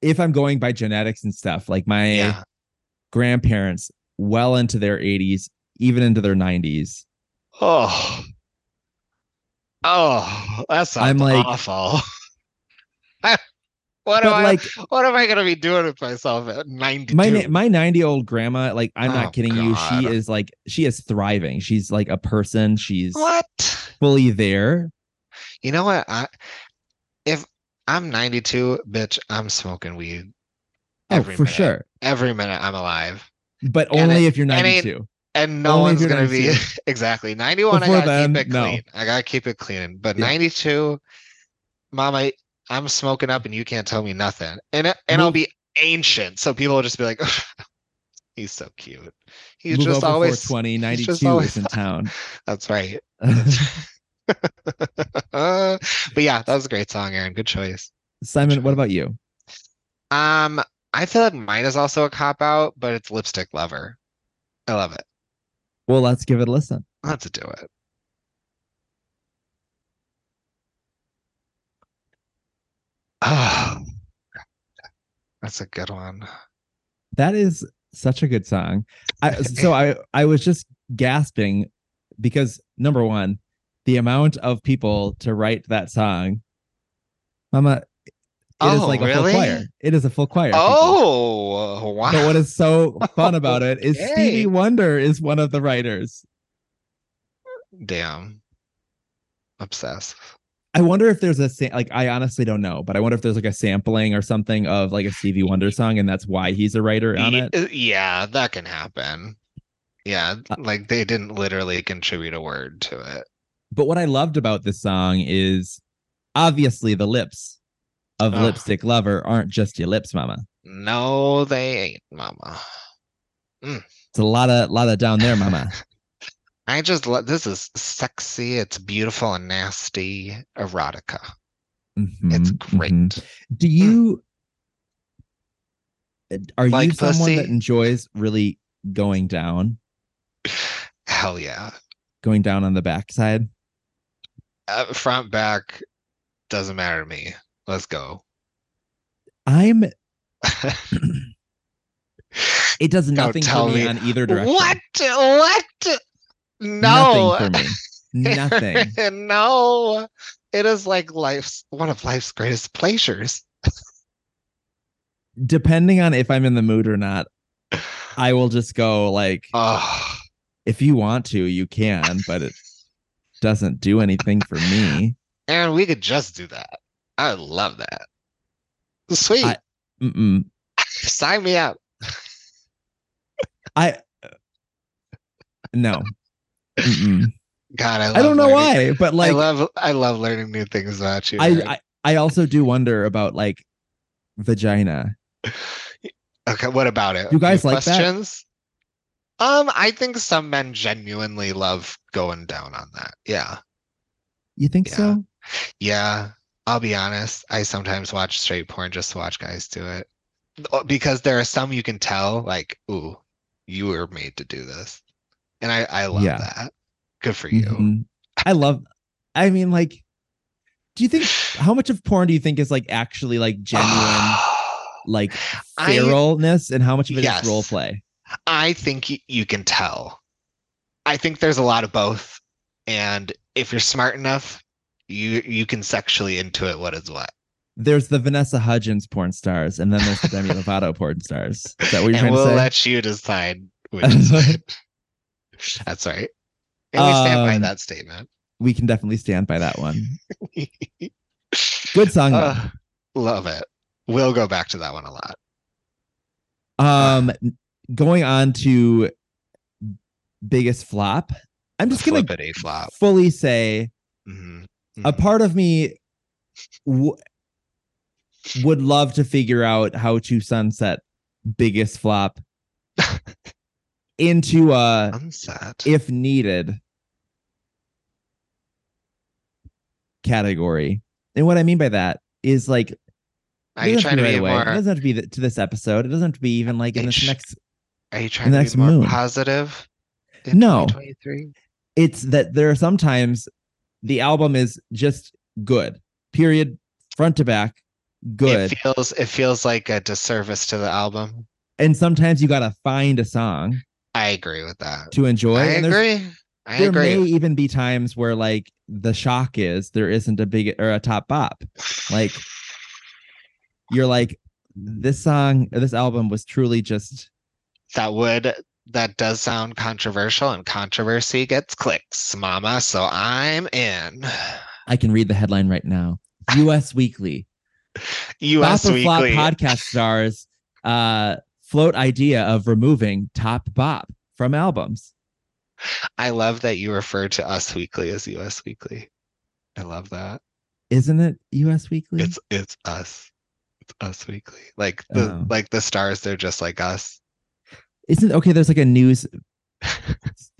S2: If I'm going by genetics and stuff, like my
S1: Yeah.
S2: grandparents well into their 80s even into their 90s.
S1: Oh. Oh, that sounds
S2: I'm like-
S1: awful. [laughs] I- what
S2: But
S1: am
S2: like
S1: I what am I gonna be doing with myself at 92?
S2: my na- my 90 old grandma, like I'm
S1: Oh,
S2: not kidding you,
S1: God.
S2: she is like she is thriving. She's like a person. She's
S1: what?
S2: fully there.
S1: You know what? I if I'm 92, bitch, I'm smoking weed
S2: Oh,
S1: Every
S2: for
S1: minute.
S2: sure.
S1: every minute I'm alive.
S2: But
S1: And
S2: only
S1: it-
S2: if you're
S1: and it-
S2: 92.
S1: And no
S2: Only if
S1: one's
S2: you're
S1: gonna be
S2: 92.
S1: [laughs] exactly 91.
S2: Before
S1: I gotta
S2: then,
S1: keep it
S2: no.
S1: clean. I gotta keep it clean. But
S2: Yeah.
S1: 92, mama, I'm smoking up and you can't tell me nothing. And and I'll
S2: Move-
S1: be ancient. So people will just be like, [laughs] he's so cute. He's
S2: Move
S1: just
S2: over
S1: always
S2: 20,
S1: he's just
S2: 92
S1: always-
S2: is in town.
S1: [laughs]
S2: [laughs]
S1: that's right. [laughs] Uh, but yeah, that was a great song, Aaron. Good choice.
S2: Simon, what about you?
S1: Um, I feel like mine is also a cop out, but it's lipstick lover. I love it.
S2: Well, let's give it a listen.
S1: Let's do it. [sighs] Oh, that's a good one.
S2: That is such a good song. I, so I I was just gasping because number one, the amount of people to write that song, Mama, it is
S1: Oh,
S2: like a full
S1: really?
S2: choir. It is a full choir. people.
S1: Oh, wow.
S2: But what is so fun about it is
S1: Okay.
S2: Stevie Wonder is one of the writers.
S1: Damn. Obsessed.
S2: I wonder if there's a sa- like I honestly don't know, but I wonder if there's like a sampling or something of like a Stevie Wonder song, and that's why he's a writer on
S1: Y-
S2: it.
S1: uh, Yeah, that can happen. Yeah,
S2: Uh,
S1: like they didn't literally contribute a word to it.
S2: But what I loved about this song is obviously the lips of
S1: Ah.
S2: Lipstick Lover aren't just your lips, mama.
S1: No, they ain't, mama.
S2: It's a lot of lot of down
S1: [laughs]
S2: there, mama.
S1: I just love this is sexy, it's beautiful and nasty erotica. It's
S2: Mhm,
S1: great. Hmm.
S2: mhm. Do you Uh, are you
S1: Like
S2: someone
S1: pussy?
S2: that enjoys really going down,
S1: Hell yeah.
S2: going down on the backside?
S1: Uh, front, back, doesn't matter to me. Let's go.
S2: I'm.
S1: [laughs] Don't
S2: It does nothing
S1: tell
S2: for me,
S1: me.
S2: on either direction.
S1: What? What? No.
S2: Nothing for me.
S1: [laughs]
S2: Nothing.
S1: no. It is like life's one of life's greatest pleasures.
S2: Depending on if I'm in the mood or not, I will just go like,
S1: Oh,
S2: if you want to, you can, but it doesn't do anything for me.
S1: Aaron, we could just do that. I would love that. Sweet.
S2: I- Mm-mm.
S1: Sign me up.
S2: I no. Mm-mm.
S1: God, I, love
S2: I don't know
S1: learning-
S2: why, but like
S1: I love I love learning new things about you. Aaron.
S2: I, I I also do wonder about like vagina.
S1: Okay, what about it?
S2: You guys
S1: Any
S2: like that?
S1: questions? Um, I think some men genuinely love going down on that. Yeah.
S2: You think so?
S1: Yeah. I'll be honest. I sometimes watch straight porn just to watch guys do it. Uh, Because there are some you can tell, like, ooh, you were made to do this. And I, I love
S2: Yeah.
S1: that. Good for you.
S2: Mhm. I love I mean like do you think how much of porn do you think is like actually
S1: [sighs]
S2: like genuine like
S1: I-
S2: feralness and how much of it is
S1: Yes.
S2: role play?
S1: I think y- you can tell. I think there's a lot of both, and if you're smart enough, you you can sexually intuit what is what.
S2: There's the Vanessa Hudgens porn stars and then there's
S1: [laughs]
S2: the Demi Lovato porn stars. Is that what you're
S1: And
S2: trying
S1: we'll
S2: to say?
S1: let you decide
S2: [laughs]
S1: which is what. [laughs] That's right. And we stand by
S2: Um,
S1: that statement.
S2: we can definitely stand by
S1: [laughs]
S2: that one. Good song. though.
S1: Uh, love it. We'll go back to that one a lot. Uh,
S2: Um, going on to biggest flop. I'm just gonna
S1: Flippity flop.
S2: fully say
S1: hmm
S2: a part of me w- would love to figure out how to sunset
S1: [laughs]
S2: biggest flop into a
S1: Sunset.
S2: if needed category. And what I mean by that is like
S1: Are
S2: it
S1: you
S2: doesn't
S1: trying to
S2: have
S1: be
S2: right away. It
S1: more?
S2: doesn't have to be th- to this episode. It doesn't have to be even like in this
S1: Ish.
S2: next
S1: Are you trying to
S2: next
S1: be more
S2: moon.
S1: positive?
S2: No.
S1: Twenty three.
S2: it's that there are sometimes the album is just good period front to back good
S1: It feels it feels like a disservice to the album.
S2: and sometimes you gotta find a song
S1: I agree with that.
S2: to enjoy.
S1: I
S2: And there's-
S1: agree. I
S2: there
S1: agree.
S2: may even be times where like the shock is there isn't a big or a top bop. Like you're like this song, this album was truly just
S1: that would that does sound controversial and controversy gets clicks mama so i'm in
S2: I can read the headline right now. US
S1: [laughs]
S2: Weekly.
S1: us
S2: bop or flop
S1: weekly
S2: podcast stars uh float idea of removing top bop from albums.
S1: i love that you refer to us weekly as us weekly i love that
S2: Isn't it US Weekly?
S1: it's it's us it's us weekly like the
S2: Oh.
S1: like the stars they're just like us
S2: Isn't okay, there's like a
S1: [laughs]
S2: news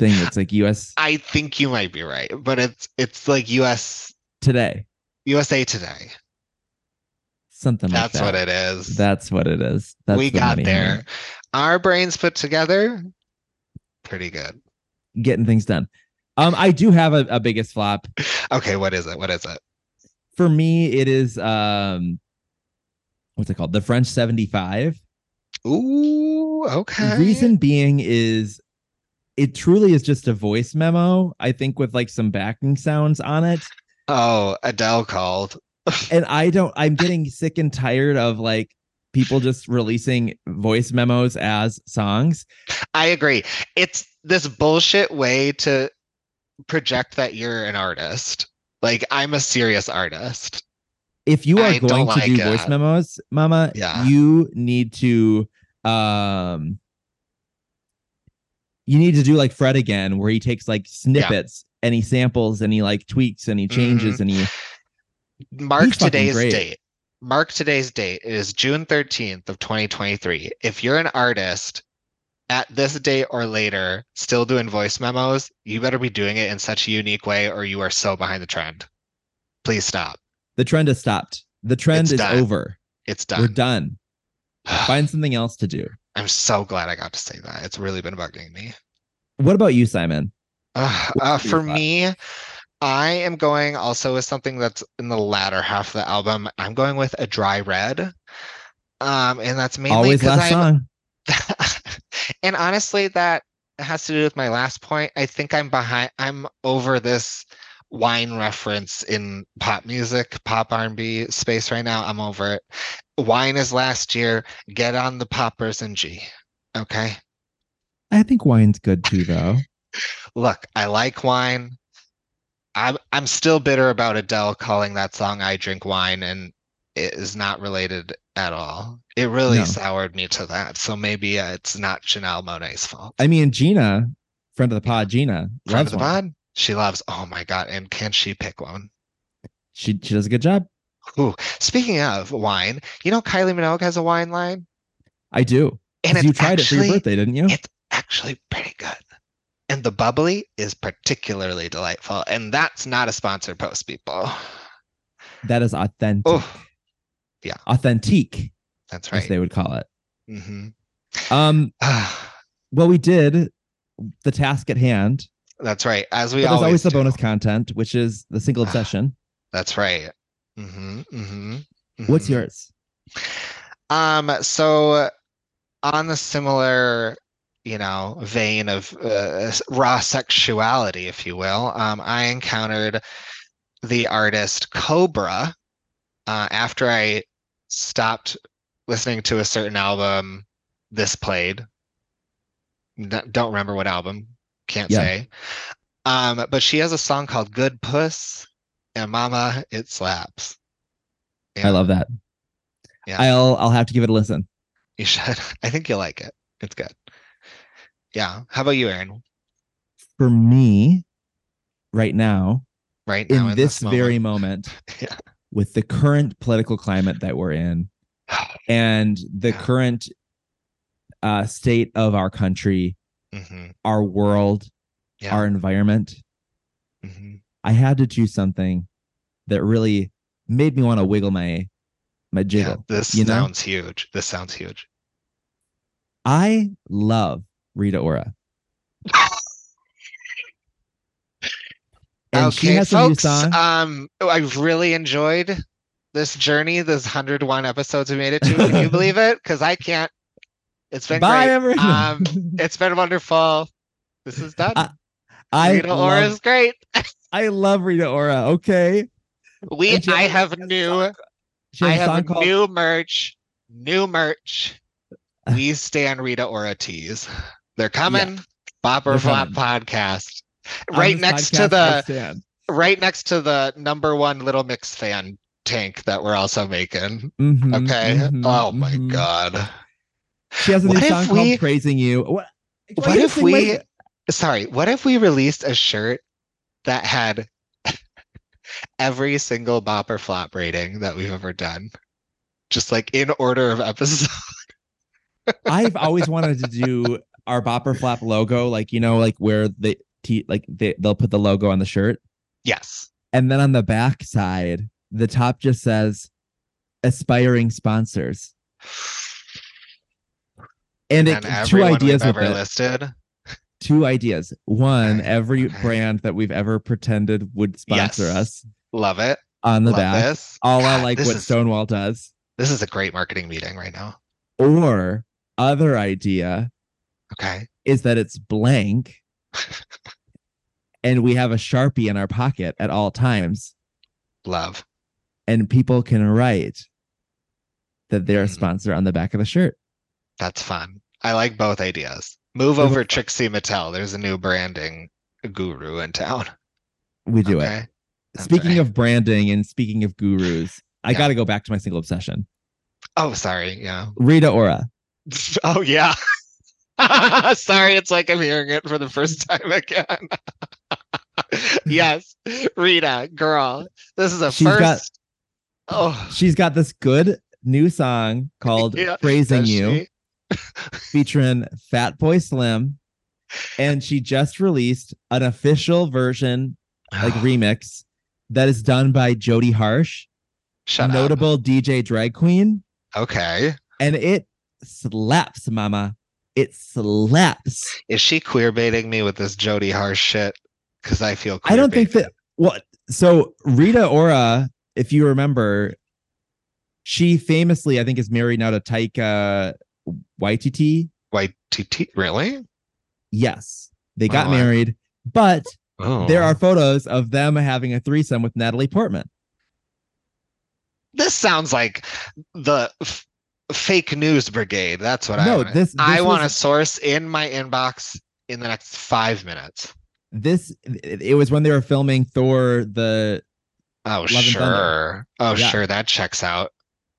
S2: thing that's like US
S1: i think you might be right but it's it's like us
S2: today.
S1: usa today
S2: Something like
S1: that's
S2: that.
S1: what it is
S2: That's what it is. That's
S1: we
S2: the
S1: got
S2: money
S1: there
S2: here.
S1: our brains put together pretty good
S2: Getting things done. Um, I do have a, a biggest flop.
S1: okay what is it what is it
S2: For me, it is um what's it called? The French 75.
S1: Ooh, okay.
S2: Reason being is it truly is just a voice memo, I think, with like some backing sounds on it.
S1: Oh, Adele called.
S2: And I don't I'm getting sick and tired of like people just releasing voice memos as songs.
S1: I agree. It's this bullshit way to project that you're an artist. Like I'm a serious artist.
S2: if you are
S1: I don't
S2: going
S1: like
S2: to do
S1: it.
S2: voice memos, mama,
S1: Yeah.
S2: you need to um you need to do like Fred again where he takes like snippets and he samples and he like tweaks and he
S1: Mm-hmm.
S2: changes and he
S1: Mark
S2: fucking
S1: today's
S2: great.
S1: date. Mark today's date It is June 13th of 2023. If you're an artist at this date or later still doing voice memos, you better be doing it in such a unique way or you are so behind the trend. Please stop.
S2: the trend has stopped. The trend
S1: It's
S2: is
S1: done.
S2: over.
S1: It's
S2: We're
S1: done. [sighs] Ah.
S2: done. Find something else to do.
S1: I'm so glad I got to say that. It's really been bugging me. [sighs]
S2: What about you, Simon?
S1: Uh,
S2: What's
S1: uh,
S2: your
S1: for
S2: thought?
S1: me, I am going also with something that's in the latter half of the album. I'm going with a dry red. Um, and that's mainly
S2: Always
S1: because
S2: last
S1: I'm
S2: song.
S1: [laughs] and honestly, that has to do with my last point. I think I'm behind. I'm over this wine reference in pop music, pop R&B space right now. I'm over it. Wine is last year. Get on the poppers and G. Okay.
S2: I think wine's good too though.
S1: look, I like wine. I'm I'm still bitter about Adele calling that song "I Drink Wine" and it is not related at all. It really
S2: No.
S1: soured me to that. So maybe uh, it's not Janelle Monet's fault.
S2: I mean Gina, friend of the pod, Gina,
S1: Friend
S2: loves
S1: of the
S2: wine.
S1: pod, she loves. Oh my god! And can she pick one?
S2: She she does a good job.
S1: Ooh. Speaking of wine, you know Kylie Minogue has a wine line,
S2: I do.
S1: and
S2: 'Cause
S1: it's
S2: you tried
S1: actually
S2: it for your birthday, didn't you?
S1: it's actually pretty good. And the bubbly is particularly delightful. And that's not a sponsored post, people.
S2: That is authentic.
S1: Oh,
S2: Authentique,
S1: that's
S2: as
S1: right.
S2: they would call it.
S1: hmm
S2: Um, well, we did the task at hand.
S1: [sighs] That's right. As we
S2: But there's
S1: always,
S2: always the
S1: do.
S2: bonus content, which is the single
S1: Ah,
S2: obsession.
S1: That's right. hmm hmm
S2: What's yours?
S1: um? So, on the similar, you know, vein of uh, s- raw sexuality, if you will, um, I encountered the artist Cobra uh, after I stopped listening to a certain album. This played. N- don't remember what album. Can't
S2: Yeah.
S1: say. Um, but she has a song called "Good Puss," and Mama, it slaps.
S2: I
S1: Yeah.
S2: love that.
S1: Yeah.
S2: I'll I'll have to give it a listen.
S1: You [laughs] should. I think you'll like it. It's good. Yeah. How about you, Aaron?
S2: For me, right now,
S1: Right
S2: in
S1: now,
S2: this,
S1: moment? [laughs] [sighs]
S2: very moment,
S1: Yeah.
S2: with the current political climate that we're in and the
S1: Yeah.
S2: current uh, state of our country,
S1: Mhm,
S2: our world,
S1: Yeah.
S2: our environment,
S1: mhm.
S2: I had to choose something that really made me want to wiggle my my
S1: Yeah,
S2: jiggle.
S1: this
S2: you know?
S1: sounds huge. This sounds huge.
S2: I love Rita Ora. And she
S1: okay,
S2: has a new
S1: folks.
S2: song.
S1: Um, I've really enjoyed
S2: [laughs]
S1: this journey, this 101 episodes we made it to. Can you believe it? Because I can't. It's been
S2: Bye,
S1: great.
S2: everyone. [laughs]
S1: Um, It's been wonderful. This is done.
S2: I- I
S1: Rita Ora
S2: love,
S1: is great. [laughs]
S2: I love Rita Ora. Okay,
S1: We
S2: Angela
S1: I have
S2: has a
S1: new
S2: song- she
S1: I
S2: has a
S1: have
S2: song
S1: a
S2: called
S1: new merch. New merch.
S2: Uh.
S1: We stand Rita Ora tees. They're coming. Bop or
S2: They're
S1: Flop
S2: coming.
S1: podcast.
S2: On
S1: Right
S2: This
S1: next
S2: Podcast
S1: to
S2: I
S1: the
S2: Stand.
S1: right next to the number one Little Mix fan tank that we're also making.
S2: Mhm,
S1: Okay.
S2: mhm,
S1: oh my
S2: mhm.
S1: god.
S2: She has a new
S1: What if
S2: song
S1: we-
S2: called "Praising You." What,
S1: What,
S2: why you
S1: if
S2: sing
S1: we
S2: like-
S1: sorry, what if we released a shirt that had [laughs] every single bop or flop rating that we've ever done? Just like in order of episode. [laughs]
S2: I've always wanted to do our bopper flap logo, like you know, like where the t like they, they'll put the logo on the shirt,
S1: Yes.
S2: and then on the back side, the top just says "aspiring sponsors," and it,
S1: And
S2: two
S1: everyone
S2: ideas
S1: we've
S2: with
S1: ever
S2: it.
S1: listed.
S2: Two ideas. One,
S1: Okay,
S2: every
S1: okay.
S2: brand that we've ever pretended would sponsor
S1: Yes.
S2: us
S1: Love it.
S2: on the
S1: Love
S2: back,
S1: this.
S2: all I
S1: God,
S2: like
S1: this
S2: what
S1: is-
S2: Stonewall does.
S1: This is a great marketing meeting right now.
S2: Or other idea
S1: Okay.
S2: is that it's blank and we have a sharpie in our pocket at all times
S1: Love.
S2: and people can write that they're a
S1: Mhm.
S2: sponsor on the back of the shirt
S1: That's fun. I like both ideas. Move
S2: They're both
S1: over
S2: fun.
S1: Trixie Mattel. There's a new branding guru in town.
S2: we do
S1: Okay.
S2: it
S1: okay.
S2: speaking of branding and speaking of gurus i
S1: Yeah.
S2: gotta go back to my single obsession
S1: Oh, sorry. Yeah. [laughs]
S2: rita ora
S1: Oh yeah. [laughs] Sorry, it's like I'm hearing it for the first time again. [laughs] yes, Rita, girl, this is a
S2: She's
S1: first.
S2: got-
S1: oh,
S2: she's got this good new song
S1: [laughs]
S2: called
S1: Yeah,
S2: praising
S1: does
S2: you
S1: she?
S2: featuring fat boy slim and she just released an official version
S1: [gasps]
S2: like remix that is done by jody harsh
S1: [sighs] Shut up.
S2: notable DJ drag queen,
S1: Okay,
S2: and it slaps, mama. It slaps.
S1: is she queer baiting me with this Jody Harsh shit? Because I feel.
S2: I don't think
S1: queer-baited.
S2: that what so Rita Ora, if you remember, she famously, I think, is married now to Taika YTT.
S1: YTT really?
S2: Yes, they got
S1: Wow.
S2: married, but
S1: Oh,
S2: there are photos of them having a threesome with Natalie Portman.
S1: This sounds like the f- fake news brigade. That's what I.
S2: No,
S1: wanted.
S2: this- this
S1: I
S2: was-
S1: want a source in my inbox in the next five minutes.
S2: This it it was when they were filming Thor the
S1: Oh,
S2: and Thunder.
S1: sure. Oh,
S2: Yeah.
S1: sure. That checks out.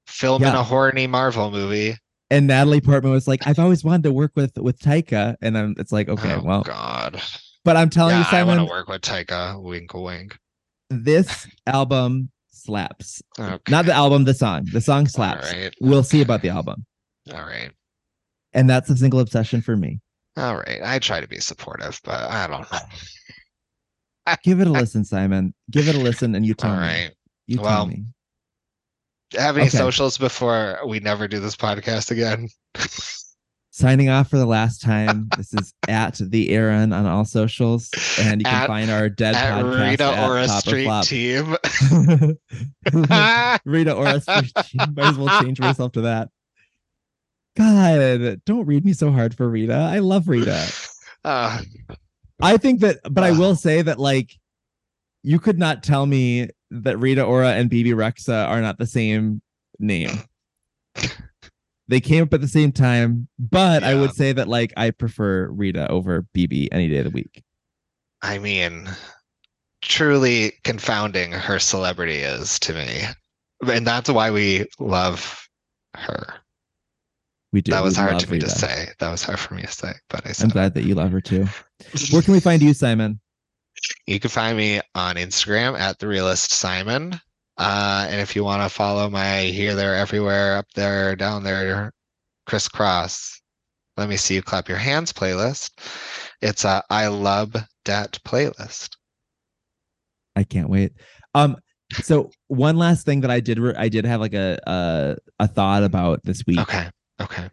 S1: Filming
S2: Yeah.
S1: a horny Marvel movie.
S2: and Natalie Portman was like, I've always wanted to work with with Taika. And I'm it's like, okay,
S1: oh,
S2: well,
S1: God.
S2: But I'm telling
S1: Yeah,
S2: you,
S1: I want to
S2: Simon,
S1: work with Taika. Wink, wink. [laughs]
S2: this album slaps.
S1: Okay.
S2: Not the album, the song. The song slaps.
S1: right,
S2: We'll see
S1: okay.
S2: about the album.
S1: All right.
S2: And that's a single obsession for me.
S1: All right. I try to be supportive, but I don't
S2: [laughs]
S1: know.
S2: Give it a listen, Simon. Give it a listen and you tell
S1: All
S2: me.
S1: right.
S2: You tell
S1: Well,
S2: me.
S1: Have any
S2: Okay.
S1: socials before we never do this podcast again?
S2: Signing off for the last time.
S1: [laughs]
S2: this is at the Aaron on all socials. And you can
S1: At-
S2: find our dead
S1: At
S2: podcast
S1: Rita
S2: at
S1: Ora
S2: Pop or
S1: Street
S2: Flop.
S1: Team.
S2: [laughs]
S1: [laughs]
S2: Rita Ora Street.
S1: [laughs]
S2: Might as well change myself to that. God, don't read me so hard for Rita. I love Rita.
S1: Uh,
S2: I think that, but I
S1: Ugh.
S2: will say that like you could not tell me that Rita Ora and BB Rexa are not the same name. they came up at the same time, but I
S1: Yeah.
S2: would say that like I prefer Rita over BB any day of the week.
S1: I mean, truly confounding her celebrity is to me. And that's why we love her.
S2: We do.
S1: that was
S2: We
S1: hard
S2: love
S1: for me to
S2: Rita.
S1: say. That was hard for me to say, but I
S2: I'm
S1: said it.
S2: glad that you love her too. Where can we find you, Simon?
S1: you can find me on Instagram at the realist Simon. Uh, and if you want to follow my here, there, everywhere, up there, down there, crisscross, let me see you clap your hands playlist. It's a I love that playlist.
S2: I can't wait. Um, so one last thing that I did, re- I did have like a a, a thought about this week.
S1: Okay. Okay.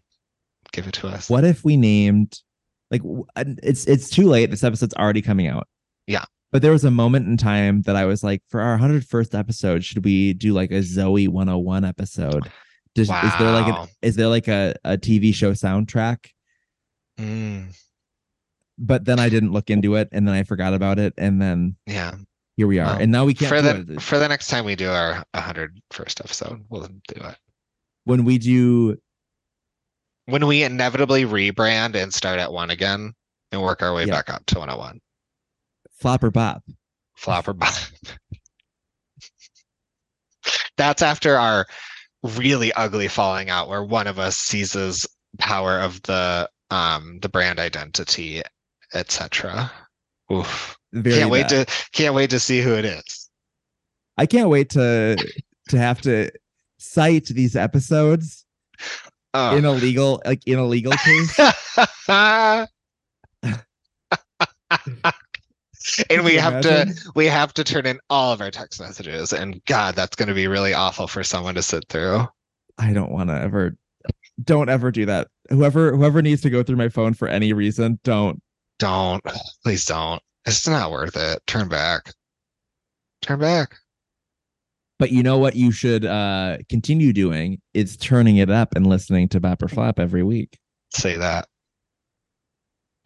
S1: Give it to us.
S2: What if we named like w- and it's it's too late. This episode's already coming out.
S1: Yeah.
S2: But there was a moment in time that I was like, for our 101st episode, should we do like a Zoe 101 episode? Does, Is there like
S1: Wow.
S2: an, is there like a, a TV show soundtrack?
S1: Mm,
S2: But then I didn't look into it, and then I forgot about it, and then
S1: yeah.
S2: here we are,
S1: Well,
S2: and now we can't.
S1: Oh, For
S2: do
S1: the
S2: it.
S1: for the next time we do our 100 first episode, we'll do it.
S2: When we do,
S1: When we inevitably rebrand and start at one again and work our way
S2: Yeah.
S1: back up to 101.
S2: flop or bop.
S1: Flop or bottom. That's after our really ugly falling out where one of us seizes power of the um the brand identity, etc. Oof.
S2: Very
S1: can't wait
S2: bad.
S1: to can't wait to see who it is.
S2: I can't wait to to have to cite these episodes
S1: Oh. [laughs]
S2: in a legal like in a legal case.
S1: and
S2: Could
S1: we
S2: you
S1: have to
S2: imagine?
S1: we have to turn in all of our text messages and god that's going to be really awful for someone to sit through
S2: I don't want to ever. Don't ever do that. Whoever whoever needs to go through my phone for any reason, don't.
S1: don't please don't it's not worth it turn back turn back
S2: But you know what? You should uh continue doing is turning it up and listening to Bop or Flop every week.
S1: say that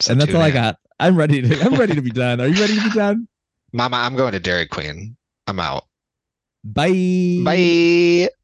S1: So
S2: and that's
S1: tune
S2: all I
S1: in.
S2: got. I'm ready to. I'm ready to be done. Are you ready to
S1: [laughs]
S2: be done?
S1: mama i'm going to dairy queen i'm out
S2: Mm. Bye.
S1: bye